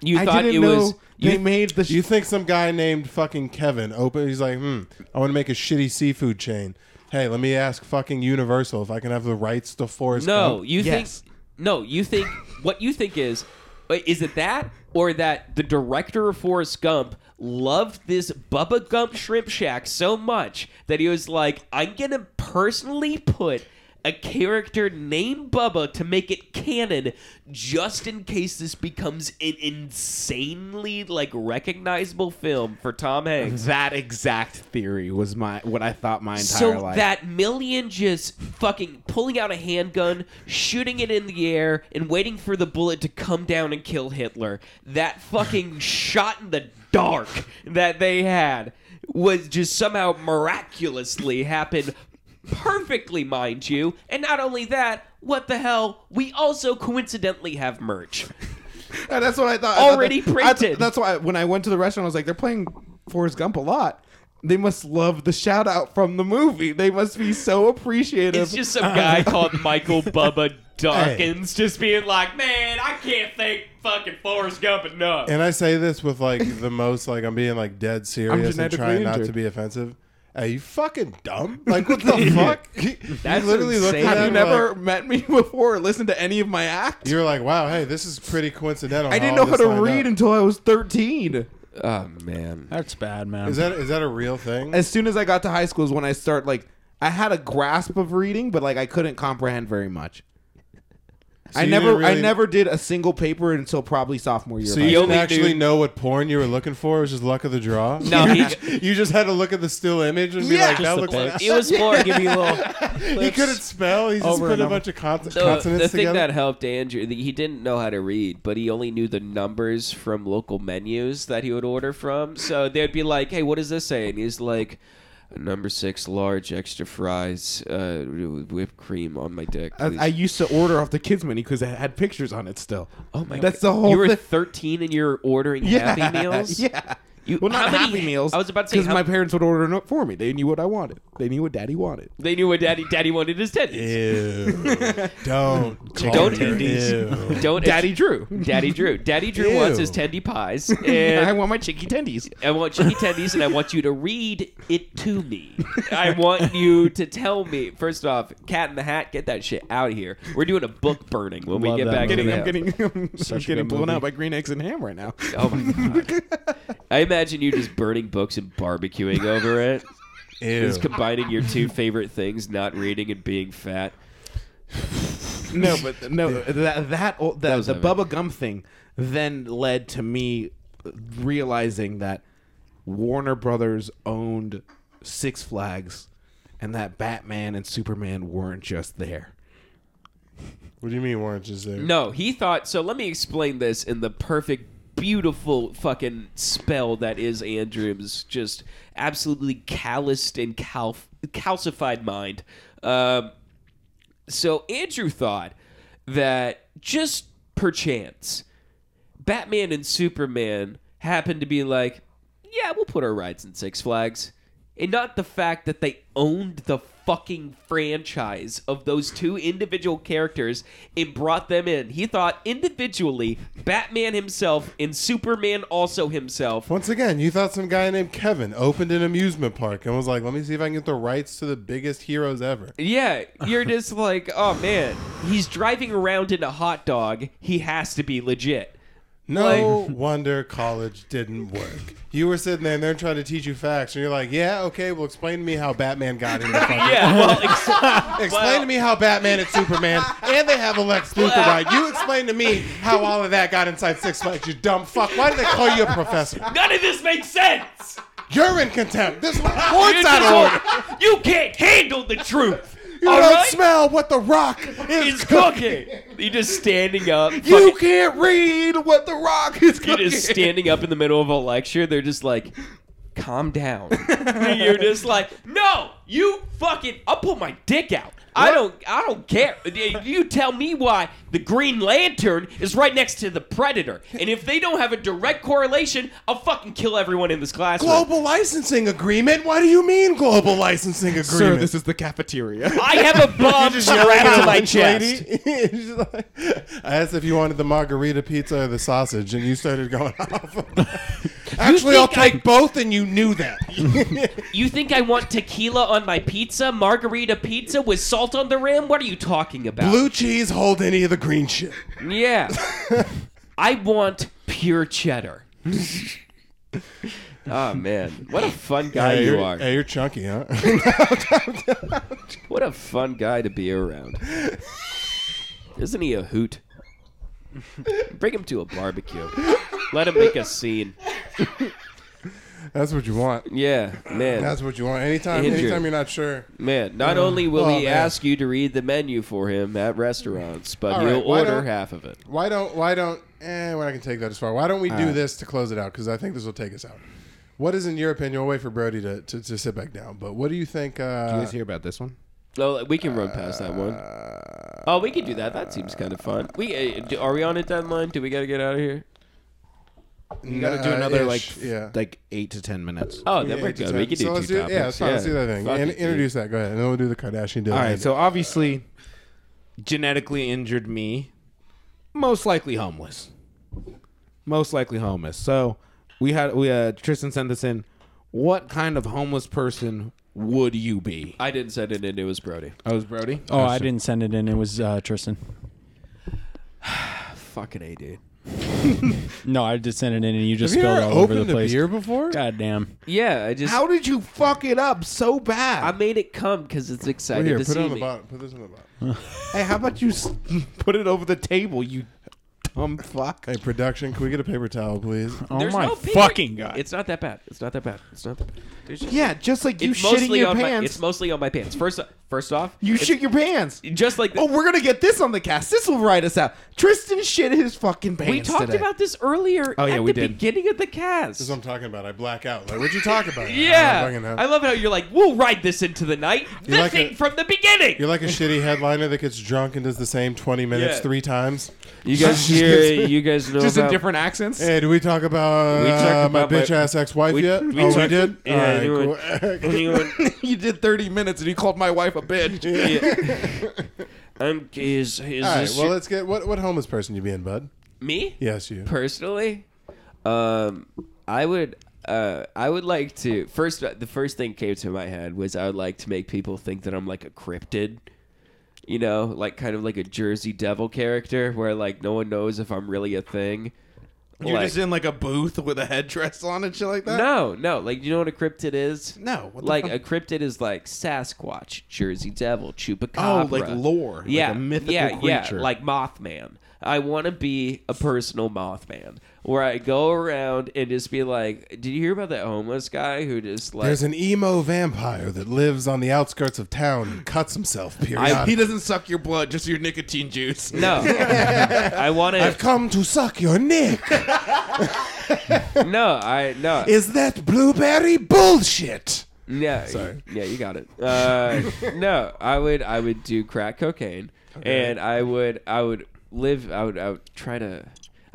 Speaker 2: You
Speaker 4: I
Speaker 2: thought
Speaker 4: didn't
Speaker 2: it
Speaker 4: know
Speaker 2: was.
Speaker 4: they
Speaker 2: you
Speaker 4: made the. Sh-
Speaker 1: You think some guy named fucking Kevin open? He's like, hmm, I want to make a shitty seafood chain. Hey, let me ask fucking Universal if I can have the rights to Forrest
Speaker 2: No,
Speaker 1: Gump.
Speaker 2: you
Speaker 4: Yes.
Speaker 2: think no, you think what you think is wait, is it that or that the director of Forrest Gump loved this Bubba Gump shrimp shack so much that he was like, I'm gonna personally put a character named Bubba to make it canon just in case this becomes an insanely like recognizable film for Tom Hanks.
Speaker 4: that exact theory was my what I thought my entire
Speaker 2: So
Speaker 4: life.
Speaker 2: that million just fucking pulling out a handgun, shooting it in the air, and waiting for the bullet to come down and kill Hitler. That fucking shot in the dark that they had was just somehow miraculously happened perfectly, mind you. And not only that, what the hell? We also coincidentally have merch.
Speaker 4: Yeah, that's what I thought. I thought
Speaker 2: Already
Speaker 4: that- I th-
Speaker 2: printed.
Speaker 4: that's why when I went to the restaurant, I was like, they're playing Forrest Gump a lot. They must love the shout out from the movie. They must be so appreciative.
Speaker 2: It's just some guy called Michael Bubba Dawkins just being like, man, I can't thank fucking Forrest Gump enough.
Speaker 1: And I say this with like the most like I'm being like dead serious and
Speaker 4: genetically
Speaker 1: trying not
Speaker 4: injured.
Speaker 1: to be offensive. Are you fucking dumb? Like what the fuck? You
Speaker 2: That's
Speaker 1: looked
Speaker 2: insane.
Speaker 1: at
Speaker 4: have you
Speaker 1: him like-
Speaker 4: never met me before or listened to any of my acts?
Speaker 1: You're like, wow, hey, this is pretty coincidental.
Speaker 4: I didn't
Speaker 1: all
Speaker 4: know how
Speaker 1: this
Speaker 4: to
Speaker 1: lined up.
Speaker 4: read until I was 13.
Speaker 2: Oh man.
Speaker 5: That's bad, man.
Speaker 1: Is that is that a real thing?
Speaker 4: As soon as I got to high school is when I start like I had a grasp of reading, but like I couldn't comprehend very much. I
Speaker 1: you
Speaker 4: never
Speaker 1: didn't
Speaker 4: I
Speaker 1: really-
Speaker 4: never did a single paper until probably sophomore year. of
Speaker 1: So
Speaker 4: high
Speaker 1: you
Speaker 4: school.
Speaker 1: didn't
Speaker 2: only
Speaker 1: actually
Speaker 2: knew-
Speaker 1: know what porn you were looking for? It was just luck of the draw.
Speaker 2: No,
Speaker 1: you,
Speaker 2: he-
Speaker 1: just, you just had to look at the still image and be
Speaker 4: Yeah.
Speaker 1: like,
Speaker 4: Just
Speaker 1: that
Speaker 5: the
Speaker 1: looks.
Speaker 5: pics.
Speaker 2: It was more
Speaker 5: give you a little.
Speaker 1: He couldn't spell. He's just
Speaker 5: Over
Speaker 1: putting
Speaker 5: and
Speaker 1: a
Speaker 5: over.
Speaker 1: bunch of cons-
Speaker 2: the, the
Speaker 1: consonants
Speaker 2: thing
Speaker 1: together.
Speaker 2: that helped Andrew, the, he didn't know how to read, but he only knew the numbers from local menus that he would order from. So they'd be like, "Hey, what does this say?" And he's like, "Number six, large, extra fries, uh, whipped cream on my dick."
Speaker 4: I,
Speaker 2: please."
Speaker 4: I used to order off the kids menu because it had pictures on it still.
Speaker 2: oh my!
Speaker 4: That's
Speaker 2: God.
Speaker 4: the whole
Speaker 2: You were
Speaker 4: thing.
Speaker 2: 13 and you're ordering Happy Meals.
Speaker 4: Yeah.
Speaker 6: You,
Speaker 4: Well, not
Speaker 6: how many-
Speaker 4: Happy Meals.
Speaker 6: I was about to say
Speaker 4: because
Speaker 6: how,
Speaker 4: my parents would order it for me. They knew what I wanted. They knew what Daddy wanted.
Speaker 6: they knew what daddy daddy wanted his tendies.
Speaker 1: Ew. Don't. call
Speaker 6: Don't
Speaker 1: her.
Speaker 6: indies.
Speaker 1: Ew.
Speaker 6: Don't
Speaker 4: Daddy Drew.
Speaker 6: Daddy Drew. Daddy Drew
Speaker 1: Ew.
Speaker 6: wants his tendy pies,
Speaker 4: I
Speaker 6: and
Speaker 4: want my chicky tendies.
Speaker 6: I want chicky tendies, and I want you to read it to me. I want you to tell me. First off, Cat in the Hat, get that shit out of here. We're doing a book burning when we
Speaker 5: Love
Speaker 6: get
Speaker 5: that
Speaker 6: back
Speaker 5: movie.
Speaker 6: to
Speaker 4: Getting,
Speaker 6: that.
Speaker 4: I'm getting, I'm,
Speaker 5: Such a
Speaker 4: getting
Speaker 5: good
Speaker 4: blown
Speaker 5: movie.
Speaker 4: out by green eggs and ham right now.
Speaker 6: Oh my god! I imagine you just burning books and barbecuing over it.
Speaker 1: Ew.
Speaker 6: Just combining your two favorite things, not reading and being fat.
Speaker 4: no, but no, that that, old, that
Speaker 6: was
Speaker 4: the
Speaker 6: heavy.
Speaker 4: Bubba Gum thing then led to me realizing that Warner Brothers owned Six Flags, and that Batman and Superman weren't just there.
Speaker 1: What do you mean weren't just there?
Speaker 6: No, he thought so. Let me explain this in the perfect, beautiful fucking spell that is Andrew's just absolutely calloused and cal- calcified mind. Um, so Andrew thought that just perchance, Batman and Superman happened to be like, yeah, we'll put our rides in Six Flags. And not the fact that they owned the fucking franchise of those two individual characters and brought them in. He thought individually, Batman himself and Superman also himself.
Speaker 1: Once again, you thought some guy named Kevin opened an amusement park and was like, let me see if I can get the rights to the biggest heroes ever.
Speaker 6: Yeah, you're just like, oh man, he's driving around in a hot dog. He has to be legit.
Speaker 1: No wonder college didn't work. You were sitting there and they're trying to teach you facts, and you're like, yeah, okay, well, explain to me how Batman got in the fucking.
Speaker 6: Yeah, well, ex-
Speaker 1: Explain
Speaker 6: Well-
Speaker 1: to me how Batman and Superman, and they have a Lex Luthor ride. You explain to me how all of that got inside Six Flags, you dumb fuck. Why did they call you a professor?
Speaker 6: none of this makes sense.
Speaker 1: You're in contempt. This report's
Speaker 6: You're
Speaker 1: out of
Speaker 6: just
Speaker 1: order.
Speaker 6: like, You can't handle the truth.
Speaker 1: You
Speaker 6: all
Speaker 1: don't
Speaker 6: right?
Speaker 1: smell what the rock is
Speaker 6: It's
Speaker 1: cooking.
Speaker 6: cooking. You're just standing up.
Speaker 4: You
Speaker 6: fucking-
Speaker 4: can't read what the Rock is
Speaker 6: you're
Speaker 4: cooking.
Speaker 6: just standing up in the middle of a lecture. They're just like, calm down. And you're just like, no, you fucking. I'll pull my dick out. I don't. I don't care. You tell me why the Green Lantern is right next to the Predator, and if they don't have a direct correlation, I'll fucking kill everyone in this classroom.
Speaker 1: Global licensing agreement? What do you mean global licensing agreement?
Speaker 4: Sir, this is the cafeteria.
Speaker 6: I have a bomb strapped to my
Speaker 1: lunch
Speaker 6: chest.
Speaker 1: lady? She's like- I asked if you wanted the margarita pizza or the sausage, and you started going off. Actually, I'll
Speaker 6: think I-
Speaker 1: take both, and you knew that.
Speaker 6: You think I want tequila on my pizza, margarita pizza with salt on the rim? What are you talking about?
Speaker 1: Blue cheese hold any of the green shit.
Speaker 6: Yeah. I want pure cheddar. oh man, what a fun guy
Speaker 1: Hey,
Speaker 6: you
Speaker 1: you're-
Speaker 6: are.
Speaker 1: Hey, you're chunky, huh?
Speaker 6: What a fun guy to be around. Isn't he a hoot? Bring him to a barbecue. Let him make a scene.
Speaker 1: That's what you want.
Speaker 6: Yeah, man.
Speaker 1: That's what you want. Anytime,
Speaker 6: Andrew.
Speaker 1: anytime you're not sure.
Speaker 6: Man, not only will
Speaker 1: Oh,
Speaker 6: he
Speaker 1: man.
Speaker 6: ask you to read the menu for him at restaurants, but
Speaker 1: All
Speaker 6: he'll
Speaker 1: right, why
Speaker 6: order
Speaker 1: don't-
Speaker 6: half of it.
Speaker 1: Why don't why don't eh, we're not gonna take that as far. Why don't we do this to close it out? Because I think this will take us out. What is in your opinion? We'll wait for Brody to, to, to sit back down. But what do you think uh,
Speaker 4: hear about this one?
Speaker 6: No, we can run past that one. Oh, we can do that. That seems kind of fun. We uh, do, are we on a deadline? Do we got to get out of here?
Speaker 4: You got to do
Speaker 1: uh,
Speaker 4: another
Speaker 1: ish,
Speaker 4: like
Speaker 1: yeah.
Speaker 4: like eight to ten minutes.
Speaker 6: Oh, then
Speaker 1: Yeah,
Speaker 6: we're
Speaker 1: eight to
Speaker 6: good.
Speaker 1: ten.
Speaker 6: We can do
Speaker 1: so
Speaker 6: two
Speaker 1: let's do,
Speaker 6: topics.
Speaker 1: Yeah, that's fine. Let's do that thing.
Speaker 6: Fuck
Speaker 1: And
Speaker 6: it, dude.
Speaker 1: introduce that. Go ahead, and then we'll do the Kardashian deal.
Speaker 4: All right. So obviously, genetically injured me, most likely homeless. Most likely homeless. So we had we uh, Tristan sent this in. What kind of homeless person would you be?
Speaker 6: I didn't send it in. It was Brody.
Speaker 4: I was Brody.
Speaker 5: Oh, I didn't send it in. It was uh, Tristan.
Speaker 6: Fucking a dude.
Speaker 5: No, I did send it in, and you just
Speaker 1: have you
Speaker 5: spilled
Speaker 1: ever
Speaker 5: all over the
Speaker 1: opened a
Speaker 5: place.
Speaker 1: beer before?
Speaker 5: God damn.
Speaker 6: Yeah, I just
Speaker 4: How did you fuck it up so bad?
Speaker 6: I made it come because it's
Speaker 1: Right
Speaker 6: exciting
Speaker 1: here,
Speaker 6: to
Speaker 1: put
Speaker 6: see
Speaker 1: it on the
Speaker 6: me.
Speaker 1: bottom. Put this on the bottom.
Speaker 4: hey, how about you s- put it over the table? You dumb fuck.
Speaker 1: hey, production, can we get a paper towel, please?
Speaker 5: Oh
Speaker 6: There's
Speaker 5: my
Speaker 6: no paper-
Speaker 5: fucking god.
Speaker 6: It's not that bad. It's not that bad. It's not that bad. There's just-
Speaker 4: Yeah, just like you
Speaker 6: it's
Speaker 4: shitting
Speaker 6: mostly
Speaker 4: your
Speaker 6: on my.
Speaker 4: pants.
Speaker 6: It's mostly on my pants. First, uh, first off,
Speaker 4: you
Speaker 6: it's-
Speaker 4: shit your pants.
Speaker 6: just like the,
Speaker 4: Oh, we're gonna get this on the cast. This will write us out. Tristan shit his fucking pants.
Speaker 6: we talked
Speaker 4: today.
Speaker 6: about this earlier
Speaker 4: Oh, yeah,
Speaker 6: at
Speaker 4: we
Speaker 6: the
Speaker 4: did.
Speaker 6: beginning of the cast.
Speaker 1: That's what I'm talking about. I black out. Like, what you talking about? I don't fucking
Speaker 6: Yeah,
Speaker 1: know.
Speaker 6: I love how you're like, we'll ride this into the night. The
Speaker 1: like
Speaker 6: thing
Speaker 1: a-
Speaker 6: from the beginning.
Speaker 1: You're like a shitty headliner that gets drunk and does the same 20 minutes
Speaker 6: Yeah.
Speaker 1: three times.
Speaker 6: You guys hear sure you guys know
Speaker 2: Just in
Speaker 6: about.
Speaker 2: different accents.
Speaker 1: Hey, did we talk about,
Speaker 6: We talked
Speaker 1: uh,
Speaker 6: about
Speaker 1: my
Speaker 6: my-
Speaker 1: bitch ass ex wife
Speaker 6: we-
Speaker 1: yet?
Speaker 6: we
Speaker 1: oh, we
Speaker 6: talked-
Speaker 1: did.
Speaker 6: yeah,
Speaker 1: All
Speaker 6: anyone-
Speaker 1: right, cool.
Speaker 6: Anyone?
Speaker 2: you did 30 minutes and you called my wife a bitch.
Speaker 6: I'm, is is
Speaker 1: All right.
Speaker 6: this
Speaker 1: Well,
Speaker 6: your-
Speaker 1: let's get what what homeless person you being, bud?
Speaker 6: me?
Speaker 1: Yes, you.
Speaker 6: personally um i would uh i would like to first the first thing came to my head was i would like to make people think that i'm like a cryptid you know like kind of like a jersey devil character where like no one knows if i'm really a thing
Speaker 4: You're
Speaker 6: Like-
Speaker 4: just in like a booth with a headdress on and shit like that.
Speaker 6: no no like you know what a cryptid is
Speaker 4: No, what the
Speaker 6: like
Speaker 4: fuck?
Speaker 6: a cryptid is like sasquatch jersey devil
Speaker 4: Oh,
Speaker 6: chupacabra
Speaker 4: like lore.
Speaker 6: yeah,
Speaker 4: Like a mythical
Speaker 6: yeah,
Speaker 4: creature.
Speaker 6: yeah, like Mothman. I want to be a personal Mothman, where I go around and just be like, "Did you hear about that homeless guy who just like?"
Speaker 1: There's an emo vampire that lives on the outskirts of town and cuts himself
Speaker 4: he
Speaker 1: periodically.
Speaker 4: doesn't suck your blood, just your nicotine juice.
Speaker 6: no, I want
Speaker 1: I've
Speaker 6: to.
Speaker 1: come to suck your neck.
Speaker 6: No, I no.
Speaker 1: Is that blueberry bullshit?
Speaker 6: Yeah,
Speaker 1: Sorry.
Speaker 6: yeah, you got it. Uh, no, I would, I would do crack cocaine, and I would, I would live, I would, I would try to.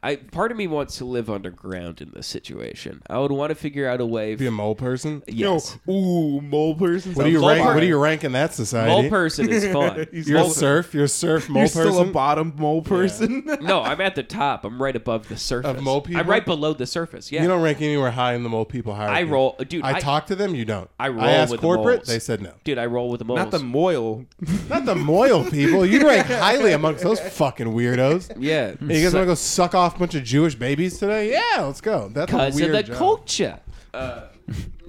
Speaker 6: I part of me wants to live underground in this situation. I would want to figure out a way.
Speaker 1: Be a mole person.
Speaker 6: yes,
Speaker 4: Ooh, mole person.
Speaker 1: What do you
Speaker 6: Mole
Speaker 1: rank?
Speaker 6: person.
Speaker 1: What do you rank in that society?
Speaker 6: mole person is fun.
Speaker 1: You're a surf. You're a surf mole
Speaker 4: You're
Speaker 1: person.
Speaker 4: still a bottom mole person.
Speaker 6: No, I'm at the top. I'm right above the surface.
Speaker 1: Of mole people?
Speaker 6: I'm right below the surface. Yeah.
Speaker 1: You don't rank anywhere high in the mole people hierarchy.
Speaker 6: I roll- dude,
Speaker 1: I,
Speaker 6: I-
Speaker 1: talk to them. You don't.
Speaker 6: I roll
Speaker 1: I asked
Speaker 6: with the
Speaker 1: corporate.
Speaker 6: moles.
Speaker 1: they said no.
Speaker 6: Dude, I roll with the moles.
Speaker 4: Not the moil.
Speaker 1: Not the Moyle people. You rank highly amongst those fucking weirdos.
Speaker 6: yeah.
Speaker 1: Hey, you guys want to go suck off a bunch of Jewish babies today? Yeah, let's go. That's a
Speaker 6: because
Speaker 1: weird
Speaker 6: of the
Speaker 1: job.
Speaker 6: culture. Uh,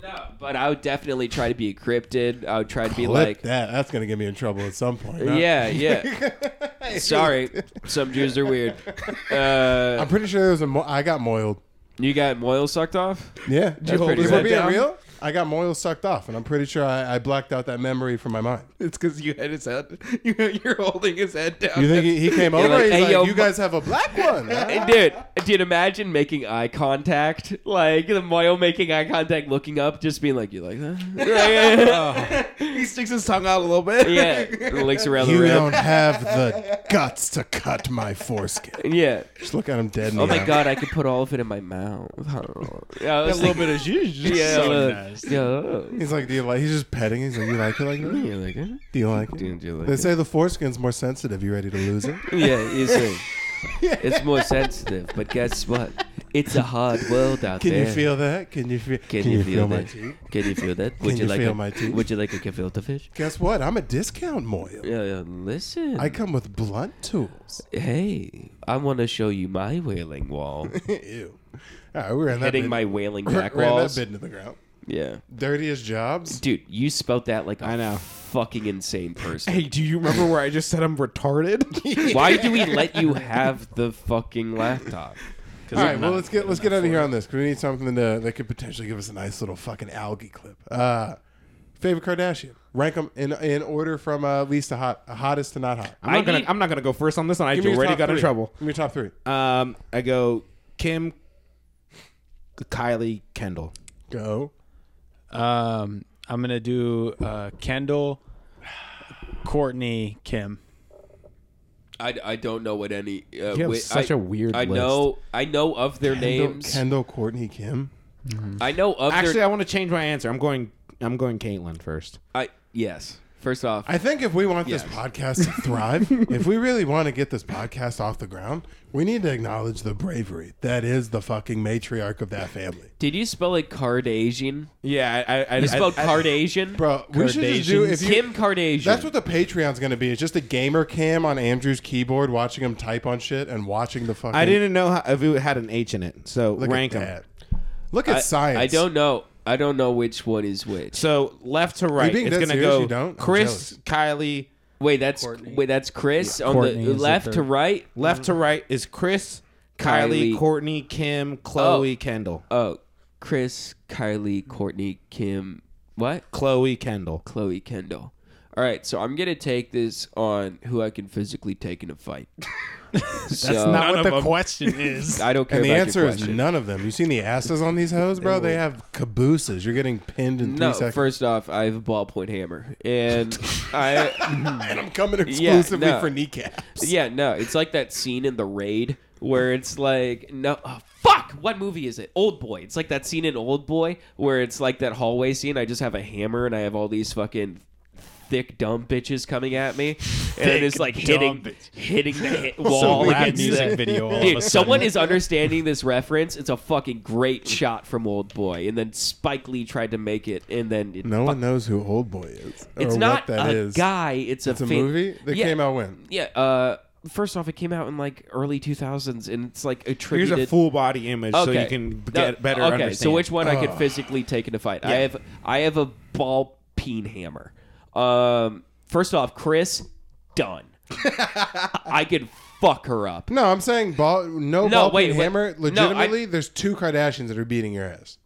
Speaker 6: no, but I would definitely try to be a cryptid. I would try to be
Speaker 1: Flip
Speaker 6: like,
Speaker 1: that. That's gonna get me in trouble at some point. huh?
Speaker 6: yeah, yeah. Sorry, some Jews are weird. Uh,
Speaker 1: I'm pretty sure there was a. Mo- I got moiled.
Speaker 6: you got Moyle sucked off?
Speaker 1: Yeah.
Speaker 6: you hold pretty
Speaker 1: if
Speaker 6: that
Speaker 1: we're being
Speaker 4: down?
Speaker 1: real, I got moiled sucked off, and I'm pretty sure I, I blacked out that memory from my mind.
Speaker 4: It's because you had his head. You, you're holding his head down.
Speaker 1: You think he, he came over?
Speaker 6: like,
Speaker 1: he's
Speaker 6: "Hey,
Speaker 1: like,
Speaker 6: yo,
Speaker 1: you
Speaker 6: Mo-
Speaker 1: guys have a black one. huh?"
Speaker 6: Hey, dude, dude, imagine making eye contact, like the Moyle making eye contact, looking up, just being like, "You like that?"
Speaker 4: he sticks his tongue out a little bit.
Speaker 6: yeah, looks around the
Speaker 1: You
Speaker 6: room.
Speaker 1: don't have the guts to cut my foreskin.
Speaker 6: Yeah.
Speaker 1: Just look at him dead. In
Speaker 6: Oh
Speaker 1: the
Speaker 6: my
Speaker 1: eye.
Speaker 6: god, I could put all of it in my mouth. Yeah, I
Speaker 4: A
Speaker 6: was
Speaker 4: little
Speaker 6: thinking,
Speaker 4: bit of zhuzh.
Speaker 6: yeah,
Speaker 4: So
Speaker 6: uh,
Speaker 4: nice.
Speaker 6: yeah.
Speaker 1: He's like, do you like? He's just petting. He's like, you like it like that?
Speaker 6: You like it?
Speaker 1: Do you like
Speaker 6: Do
Speaker 1: it?
Speaker 6: you like
Speaker 1: They
Speaker 6: it?
Speaker 1: say the foreskin's more sensitive. You ready to lose it?
Speaker 6: Yeah, you see. It's more sensitive, but guess what? It's a hard world out
Speaker 1: Can
Speaker 6: there.
Speaker 1: you feel that? Can you feel?
Speaker 6: Can, you, feel,
Speaker 1: my
Speaker 6: that?
Speaker 1: teeth?
Speaker 6: Can you feel that? Would
Speaker 1: Can
Speaker 6: you,
Speaker 1: you
Speaker 6: like
Speaker 1: feel
Speaker 6: a,
Speaker 1: my teeth?
Speaker 6: Would you like a gefilte fish?
Speaker 1: Guess what? I'm a discount moil.
Speaker 6: Yeah, yeah, listen.
Speaker 1: I come with blunt tools.
Speaker 6: hey, I want to show you my wailing wall.
Speaker 1: Ew. All right, we're in that.
Speaker 6: Hitting
Speaker 1: bid-
Speaker 6: my wailing
Speaker 1: we're-
Speaker 6: back
Speaker 1: we're in
Speaker 6: walls.
Speaker 1: that bid into the ground.
Speaker 6: Yeah,
Speaker 1: Dirtiest jobs.
Speaker 6: dude, you spelt that like I
Speaker 4: I know.
Speaker 6: fucking insane person.
Speaker 2: hey, do you remember where I just said I'm retarded?
Speaker 6: Why do we let you have the fucking laptop?
Speaker 1: All right, well let's get let's get out of here on this 'cause we need something to, that could potentially give us a nice little fucking algae clip. Uh, favorite Kardashian. Rank them in in order from uh, least to hot, hottest to not hot.
Speaker 4: I'm not
Speaker 6: I
Speaker 4: gonna.
Speaker 6: need-
Speaker 4: I'm not gonna go first on this one. I
Speaker 1: Give me your
Speaker 4: already
Speaker 1: top
Speaker 4: got in
Speaker 1: three.
Speaker 4: trouble.
Speaker 1: Give me your top three.
Speaker 4: Um, I go Kim, Kylie, Kendall.
Speaker 1: Go.
Speaker 5: Um, I'm gonna do uh, Kendall, Courtney, Kim.
Speaker 6: I, I don't know what any. Uh,
Speaker 4: You have
Speaker 6: wi-
Speaker 4: such
Speaker 6: I-
Speaker 4: a weird
Speaker 6: I
Speaker 4: list.
Speaker 6: know I know of their names.
Speaker 1: Kendall, Courtney, Kim.
Speaker 6: I know of
Speaker 4: Actually,
Speaker 6: their.
Speaker 4: I want to change my answer. I'm going. I'm going Caitlyn first.
Speaker 6: I yes. First off,
Speaker 1: I think if we want
Speaker 6: Yes.
Speaker 1: this podcast to thrive, if we really want to get this podcast off the ground, we need to acknowledge the bravery that is the fucking matriarch of that family.
Speaker 6: did you spell it Kardashian?
Speaker 4: Yeah, I. I,
Speaker 6: You spelled Kardashian,
Speaker 1: Bro, we should just do if you,
Speaker 6: Kim Kardashian.
Speaker 1: That's what the Patreon's going to be. It's just a gamer cam on Andrew's keyboard watching him type on shit and watching the fucking
Speaker 4: I didn't know how, if it had an H in it. So
Speaker 1: Look
Speaker 4: rank
Speaker 1: at
Speaker 4: them.
Speaker 1: that. Look at
Speaker 6: I,
Speaker 1: science.
Speaker 6: I don't know. I don't know which one is which.
Speaker 4: So left to right,
Speaker 1: being
Speaker 4: it's
Speaker 1: dead
Speaker 4: gonna
Speaker 1: serious?
Speaker 4: go
Speaker 1: You don't? I'm
Speaker 4: Chris, Kylie.
Speaker 6: Wait, that's wait, that's Chris on
Speaker 5: Courtney
Speaker 6: the
Speaker 5: is the
Speaker 6: left to
Speaker 5: third.
Speaker 6: right.
Speaker 4: Left to right is Chris, Kylie,
Speaker 6: Kylie.
Speaker 4: Courtney, Kim, Chloe, Kendall.
Speaker 6: Oh, Chris, Kylie, Courtney, Kim. What?
Speaker 4: Chloe, Kendall.
Speaker 6: Chloe Kendall. All right, so I'm gonna take this on who I can physically take in a fight. That's
Speaker 2: Not what the
Speaker 5: question is.
Speaker 6: I don't care.
Speaker 1: And the
Speaker 6: about
Speaker 1: answer
Speaker 6: your
Speaker 1: is
Speaker 6: question.
Speaker 1: none of them. You seen the asses on these hoes, bro? They have cabooses. You're getting pinned in three
Speaker 6: No,
Speaker 1: seconds.
Speaker 6: first off, I have a ballpoint hammer, and I
Speaker 1: and I'm coming
Speaker 6: Yeah,
Speaker 1: exclusively
Speaker 6: no.
Speaker 1: for kneecaps.
Speaker 6: yeah no, it's like that scene in The Raid where it's like no oh, fuck what movie is it old boy it's like that scene in old boy where it's like that hallway scene i just have a hammer and i have all these fucking thick dumb bitches coming at me and i'm just like hitting hitting the hit wall
Speaker 5: rap
Speaker 6: against
Speaker 5: music
Speaker 6: the-
Speaker 5: video all of a
Speaker 6: dude
Speaker 5: sudden.
Speaker 6: someone is understanding this reference it's a fucking great shot from old boy and then spike lee tried to make it and then it
Speaker 1: No
Speaker 6: fuck-
Speaker 1: one knows who Old Boy is. Or
Speaker 6: it's
Speaker 1: what
Speaker 6: not
Speaker 1: that
Speaker 6: a
Speaker 1: is.
Speaker 6: guy it's a,
Speaker 1: It's a
Speaker 6: fa-
Speaker 1: movie that
Speaker 6: Yeah.
Speaker 1: came out when?
Speaker 6: yeah, uh, first off, it came out in like early 2000s, and it's like
Speaker 4: Here's
Speaker 6: attributed.
Speaker 4: a full body image so
Speaker 6: Okay.
Speaker 4: you can b-
Speaker 6: No,
Speaker 4: get better Ah.
Speaker 6: Okay,
Speaker 4: understanding.
Speaker 6: so which one I could
Speaker 1: Ugh.
Speaker 6: physically take in a fight? I have I have a ball peen hammer. Um, first off, Chris, done. I could fuck her up.
Speaker 1: No, I'm saying ball. No,
Speaker 6: No,
Speaker 1: ball
Speaker 6: wait,
Speaker 1: peen
Speaker 6: wait.
Speaker 1: hammer.
Speaker 6: No, I-
Speaker 1: Legitimately, there's two Kardashians that are beating your ass.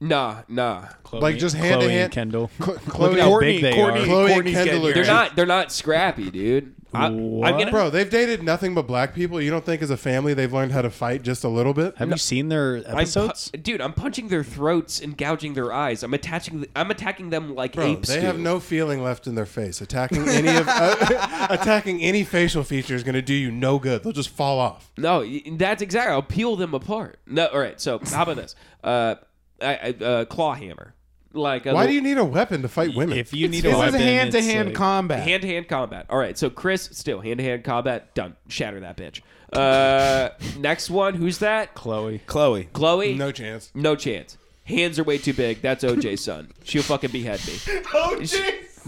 Speaker 6: Nah, nah.
Speaker 5: Chloe,
Speaker 1: Like just hand
Speaker 5: Chloe
Speaker 1: to hand.
Speaker 5: and Kendall.
Speaker 1: Cl-
Speaker 5: Look
Speaker 1: Chloe,
Speaker 5: at how
Speaker 1: Courtney-
Speaker 5: big they
Speaker 4: Courtney-
Speaker 5: are.
Speaker 1: Khloe and
Speaker 4: Courtney's getting
Speaker 1: Kendall are
Speaker 4: your
Speaker 6: They're
Speaker 1: just-
Speaker 6: not. They're not scrappy, dude. I, am
Speaker 5: What?
Speaker 6: gonna,
Speaker 1: Bro, they've dated nothing but black people. You don't think as a family they've learned how to fight just a little bit?
Speaker 5: Have you seen their
Speaker 6: I'm pu-
Speaker 5: episodes?
Speaker 6: dude, I'm punching their throats and gouging their eyes. I'm attaching. The, I'm attacking them like
Speaker 1: Bro,
Speaker 6: apes.
Speaker 1: they have
Speaker 6: do.
Speaker 1: no feeling left in their face. Attacking any of uh, attacking any facial feature is going to do you no good. They'll just fall off.
Speaker 6: No, y- that's exactly. I'll peel them apart. No, all right. So how about this? Uh, I, I, uh claw hammer. Like a
Speaker 1: Why do you need a weapon to fight women?
Speaker 5: If you need a
Speaker 4: This is
Speaker 5: weapon,
Speaker 4: hand to
Speaker 5: it's
Speaker 4: hand
Speaker 5: like-
Speaker 4: combat.
Speaker 6: hand to hand combat? All right. So Chris, still hand to hand combat. Done. Shatter that bitch. Uh, next one. Who's that?
Speaker 7: Chloe.
Speaker 4: Chloe.
Speaker 6: Chloe.
Speaker 1: no chance.
Speaker 6: No chance. Hands are way too big. That's OJ's son. She'll fucking behead me.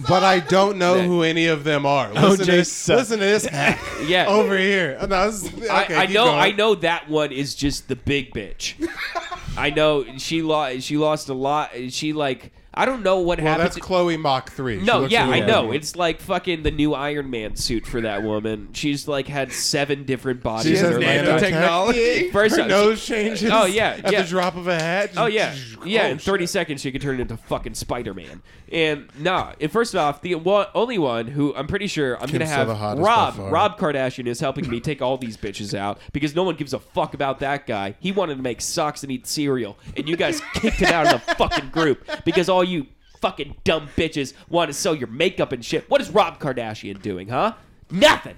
Speaker 1: But I don't know who any of them are. Listen, to,
Speaker 5: OJ
Speaker 1: this,
Speaker 5: sucks.
Speaker 1: listen to this hack
Speaker 6: Yeah.
Speaker 1: over here. No, this is-
Speaker 6: I,
Speaker 1: okay,
Speaker 6: I
Speaker 1: keep
Speaker 6: know.
Speaker 1: going.
Speaker 6: I know that one is just the big bitch. I know she lost. She lost a lot. She like. I don't know what
Speaker 1: Well,
Speaker 6: happened.
Speaker 1: that's
Speaker 6: to-
Speaker 1: Chloe Mach three. She
Speaker 6: No,
Speaker 1: looks
Speaker 6: yeah,
Speaker 1: a
Speaker 6: I
Speaker 1: little
Speaker 6: know.
Speaker 1: different.
Speaker 6: It's like fucking the new Iron Man suit for that woman. She's like had seven different bodies.
Speaker 1: She
Speaker 4: has
Speaker 6: in her life.
Speaker 1: nanotech-
Speaker 4: nanotechnology.
Speaker 6: First
Speaker 1: her
Speaker 6: off-
Speaker 1: nose changes.
Speaker 6: Oh, yeah,
Speaker 1: at
Speaker 6: yeah.
Speaker 1: the drop of a hat.
Speaker 6: Oh yeah, yeah.
Speaker 1: Oh,
Speaker 6: in thirty seconds, she could turn into fucking Spider Man. And nah, and first off, the one, only one who I'm pretty sure I'm gonna
Speaker 1: Kim's still
Speaker 6: have
Speaker 1: the hottest by
Speaker 6: Rob.
Speaker 1: far.
Speaker 6: Rob Kardashian is helping me take all these bitches out because no one gives a fuck about that guy. He wanted to make socks and eat cereal, and you guys kicked him out of the fucking group because all you fucking dumb bitches want to sell your makeup and shit. What is Rob Kardashian doing, huh? Nothing.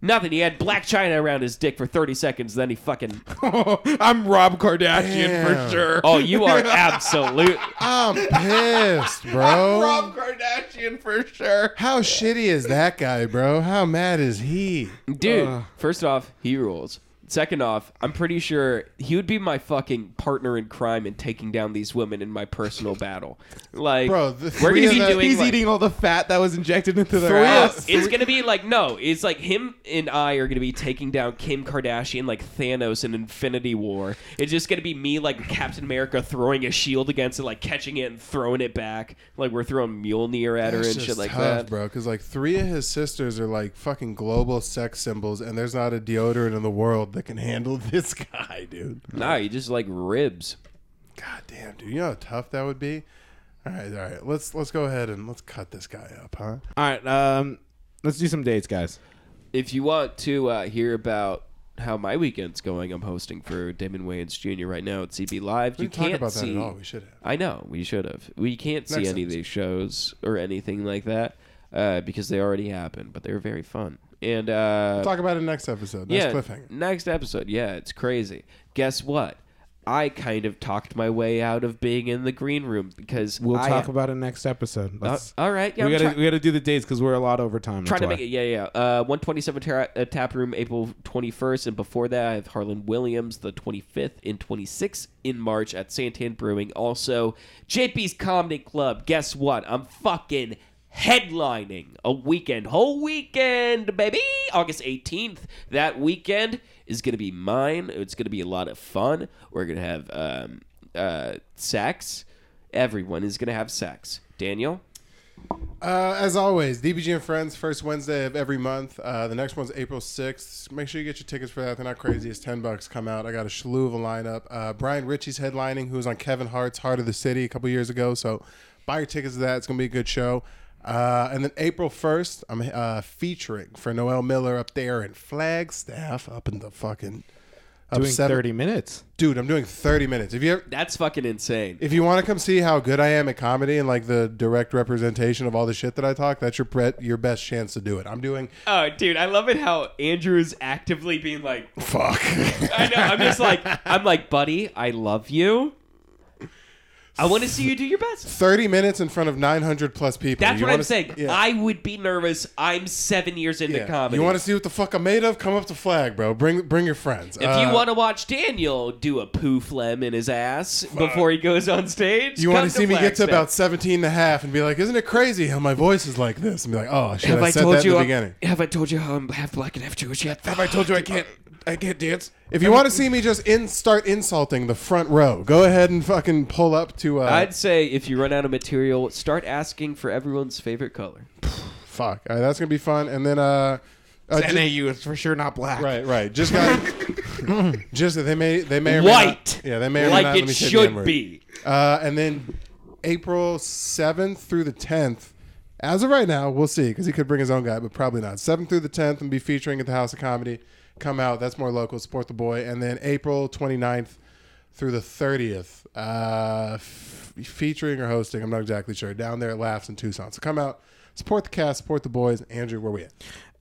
Speaker 6: Nothing. He had black china around his dick for thirty seconds, then he fucking.
Speaker 4: I'm Rob Kardashian
Speaker 1: Damn.
Speaker 4: for sure.
Speaker 6: Oh, you are absolute.
Speaker 1: I'm pissed, bro.
Speaker 4: Rob Kardashian for sure.
Speaker 1: How shitty is that guy, bro? How mad is he?
Speaker 6: Dude, first off, he rules. Second off, I'm pretty sure he would be my fucking partner in crime in taking down these women in my personal battle. Like,
Speaker 1: Bro, the
Speaker 6: we're
Speaker 1: three
Speaker 6: gonna
Speaker 1: of
Speaker 6: be
Speaker 1: them-
Speaker 6: doing.
Speaker 4: He's
Speaker 6: like-
Speaker 4: eating all the fat that was injected into their
Speaker 1: Three
Speaker 4: ass.
Speaker 1: of-
Speaker 6: It's gonna be like no. It's like him and I are gonna be taking down Kim Kardashian like Thanos in Infinity War. It's just gonna be me like Captain America throwing a shield against it, like catching it and throwing it back, like we're throwing Mjolnir at her
Speaker 1: That's
Speaker 6: and shit
Speaker 1: just
Speaker 6: like
Speaker 1: tough,
Speaker 6: that.
Speaker 1: bro. Because like three of his sisters are like fucking global sex symbols, and there's not a deodorant in the world that can handle this guy, dude.
Speaker 6: Nah, you just like ribs.
Speaker 1: God damn, dude. You know how tough that would be. All right, all right. Let's let's go ahead and let's cut this guy up, huh?
Speaker 4: All right, um, let's do some dates, guys.
Speaker 6: if you want to uh, hear about how my weekend's going, I'm hosting for Damon Wayans Jr. right now at CB Live.
Speaker 1: We
Speaker 6: you
Speaker 1: didn't talk
Speaker 6: can't
Speaker 1: about that
Speaker 6: see.
Speaker 1: at all. We should have.
Speaker 6: I know we should have. We can't see
Speaker 1: Next
Speaker 6: any of
Speaker 1: episode.
Speaker 6: these shows or anything like that uh, because they already happened. But they were very fun. And uh,
Speaker 1: Talk about it next episode. Nice
Speaker 6: yeah,
Speaker 1: cliffhanger.
Speaker 6: next episode. Yeah, it's crazy. Guess what? I kind of talked my way out of being in the green room because
Speaker 4: We'll
Speaker 6: I-
Speaker 4: talk about it next episode.
Speaker 6: Uh,
Speaker 4: Let's-
Speaker 6: all right. Yeah,
Speaker 4: we
Speaker 6: I'm
Speaker 4: gotta
Speaker 6: try-
Speaker 4: we gotta do the dates because we're a lot over time.
Speaker 6: trying
Speaker 4: that's
Speaker 6: to
Speaker 4: why.
Speaker 6: make it. Yeah, yeah. Uh, one twenty-seven tara- uh, tap room, April twenty-first, and before that, I have Harlan Williams the twenty-fifth and twenty-sixth in March at Santan Brewing. Also, JP's Comedy Club. Guess what? I'm fucking headlining a weekend, whole weekend, baby. August eighteenth. That weekend is gonna be mine. It's gonna be a lot of fun. We're gonna have um, uh, sex. Everyone is gonna have sex. Daniel.
Speaker 1: Uh, as always, DBG and Friends, first Wednesday of every month. Uh, the next one's April 6th. Make sure you get your tickets for that. They're not crazy. It's 10 bucks. Come out. I got a slew of a lineup. Uh, Brian Ritchie's headlining, who was on Kevin Hart's Heart of the City a couple years ago. So buy your tickets to that. It's going to be a good show. Uh, and then April 1st, I'm uh, featuring for Noel Miller up there in Flagstaff, up in the fucking Up
Speaker 4: doing
Speaker 1: seven-
Speaker 4: 30 minutes.
Speaker 1: Dude, I'm doing 30 minutes. If you ever,
Speaker 6: That's fucking insane.
Speaker 1: if you want to come see how good I am at comedy and like the direct representation of all the shit that I talk, that's your pre- your best chance to do it. I'm doing
Speaker 6: Oh, dude, I love it how Andrew is actively being like,
Speaker 1: fuck.
Speaker 6: I know. I'm just like, I'm like, buddy, I love you. I want to see you do your best.
Speaker 1: 30 minutes in front of 900 plus people.
Speaker 6: That's
Speaker 1: You
Speaker 6: what I'm
Speaker 1: wanna s-
Speaker 6: saying.
Speaker 1: Yeah.
Speaker 6: I would be nervous. I'm seven years into
Speaker 1: Yeah.
Speaker 6: comedy.
Speaker 1: You want to see what the fuck I'm made of? Come up to flag, bro. Bring bring your friends. Uh,
Speaker 6: if you want to watch Daniel do a poo phlegm in his ass before he goes on stage,
Speaker 1: you want
Speaker 6: come
Speaker 1: to see me get to
Speaker 6: Flagstaff.
Speaker 1: about 17 and a half and be like, isn't it crazy how my voice is like this? And be like, oh, shit,
Speaker 6: Have
Speaker 1: I,
Speaker 6: I
Speaker 1: said
Speaker 6: told
Speaker 1: that
Speaker 6: you?
Speaker 1: in the
Speaker 6: I'm,
Speaker 1: beginning.
Speaker 6: have I told you I'm half black and half Jewish yet?
Speaker 4: Have I told you I can't I can't dance?
Speaker 1: If you want to see me just in start insulting the front row, go ahead and fucking pull up to. Uh,
Speaker 6: I'd say if you run out of material, start asking for everyone's favorite color.
Speaker 1: fuck. All right, that's gonna be fun. And then, uh, uh, ju-
Speaker 4: NAU is for sure not black.
Speaker 1: right, right. Just got. just that they may they may or may
Speaker 6: White.
Speaker 1: Not, yeah, they may or may
Speaker 6: like
Speaker 1: not. let
Speaker 6: it
Speaker 1: me say the
Speaker 6: should
Speaker 1: N-word.
Speaker 6: be.
Speaker 1: Uh, and then April 7th through the 10th. As of right now, we'll see because he could bring his own guy, but probably not. 7th through the 10th and be featuring at the House of Comedy. Come out. That's more local. Support the boy. And then April 29th through the 30th, uh, f- featuring or hosting. I'm not exactly sure. Down there at Laughs in Tucson. So come out. Support the cast. Support the boys. Andrew, where we at?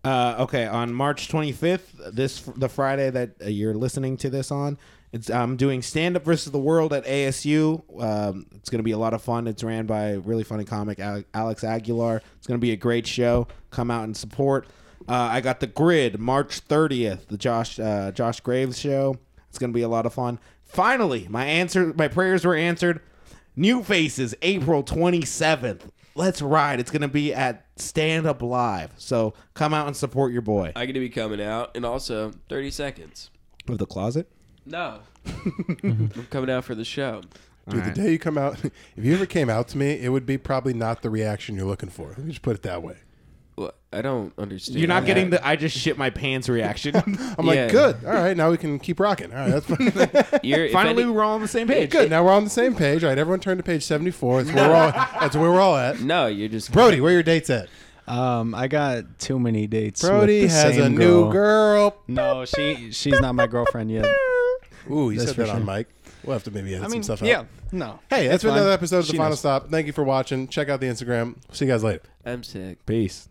Speaker 4: Uh, okay, on March 25th, this the Friday that uh, you're listening to this on, it's I'm doing stand up versus the world at ASU. Um, it's going to be a lot of fun. It's ran by a really funny comic Ale- Alex Aguilar. It's going to be a great show. Come out and support. Uh, I got the grid March 30th, the Josh uh, Josh Graves show. It's going to be a lot of fun. Finally, my answer, my prayers were answered. New Faces, April 27th. Let's ride. It's going to be at Stand Up Live. So come out and support your boy.
Speaker 6: I'm gonna be coming out, and also 30 seconds.
Speaker 4: Of the closet?
Speaker 6: No, I'm coming out for the show.
Speaker 1: Dude, the day you come out, if you ever came out to me, it would be probably not the reaction you're looking for. Let me just put it that way.
Speaker 6: Well, I don't understand.
Speaker 4: You're not
Speaker 6: that.
Speaker 4: getting the I just shit my pants reaction.
Speaker 1: I'm
Speaker 6: Yeah.
Speaker 1: like, good. All right, now we can keep rocking. All right, that's fine.
Speaker 6: You're, if
Speaker 4: Finally,
Speaker 6: any-
Speaker 4: we're all on the same page.
Speaker 1: Good. Now we're on the same page. All right, everyone turn to page 74. That's where we're all, that's where we're all at.
Speaker 6: no, you're just
Speaker 1: Brody, where are your dates at?
Speaker 5: Um, I got too many dates. with
Speaker 1: Brody
Speaker 5: the
Speaker 1: has
Speaker 5: same
Speaker 1: a new girl.
Speaker 5: No, she she's not my girlfriend yet.
Speaker 1: Ooh, you
Speaker 5: That's
Speaker 1: said that
Speaker 5: for
Speaker 1: on
Speaker 5: sure.
Speaker 1: mic. We'll have to maybe edit
Speaker 5: I mean,
Speaker 1: some stuff out.
Speaker 5: yeah, no.
Speaker 1: Hey, that's
Speaker 5: It's
Speaker 1: been another
Speaker 5: fine.
Speaker 1: episode of The
Speaker 5: She
Speaker 1: Final
Speaker 5: knows.
Speaker 1: Stop. Thank you for watching. Check out the Instagram. See you guys later.
Speaker 6: I'm sick.
Speaker 4: Peace.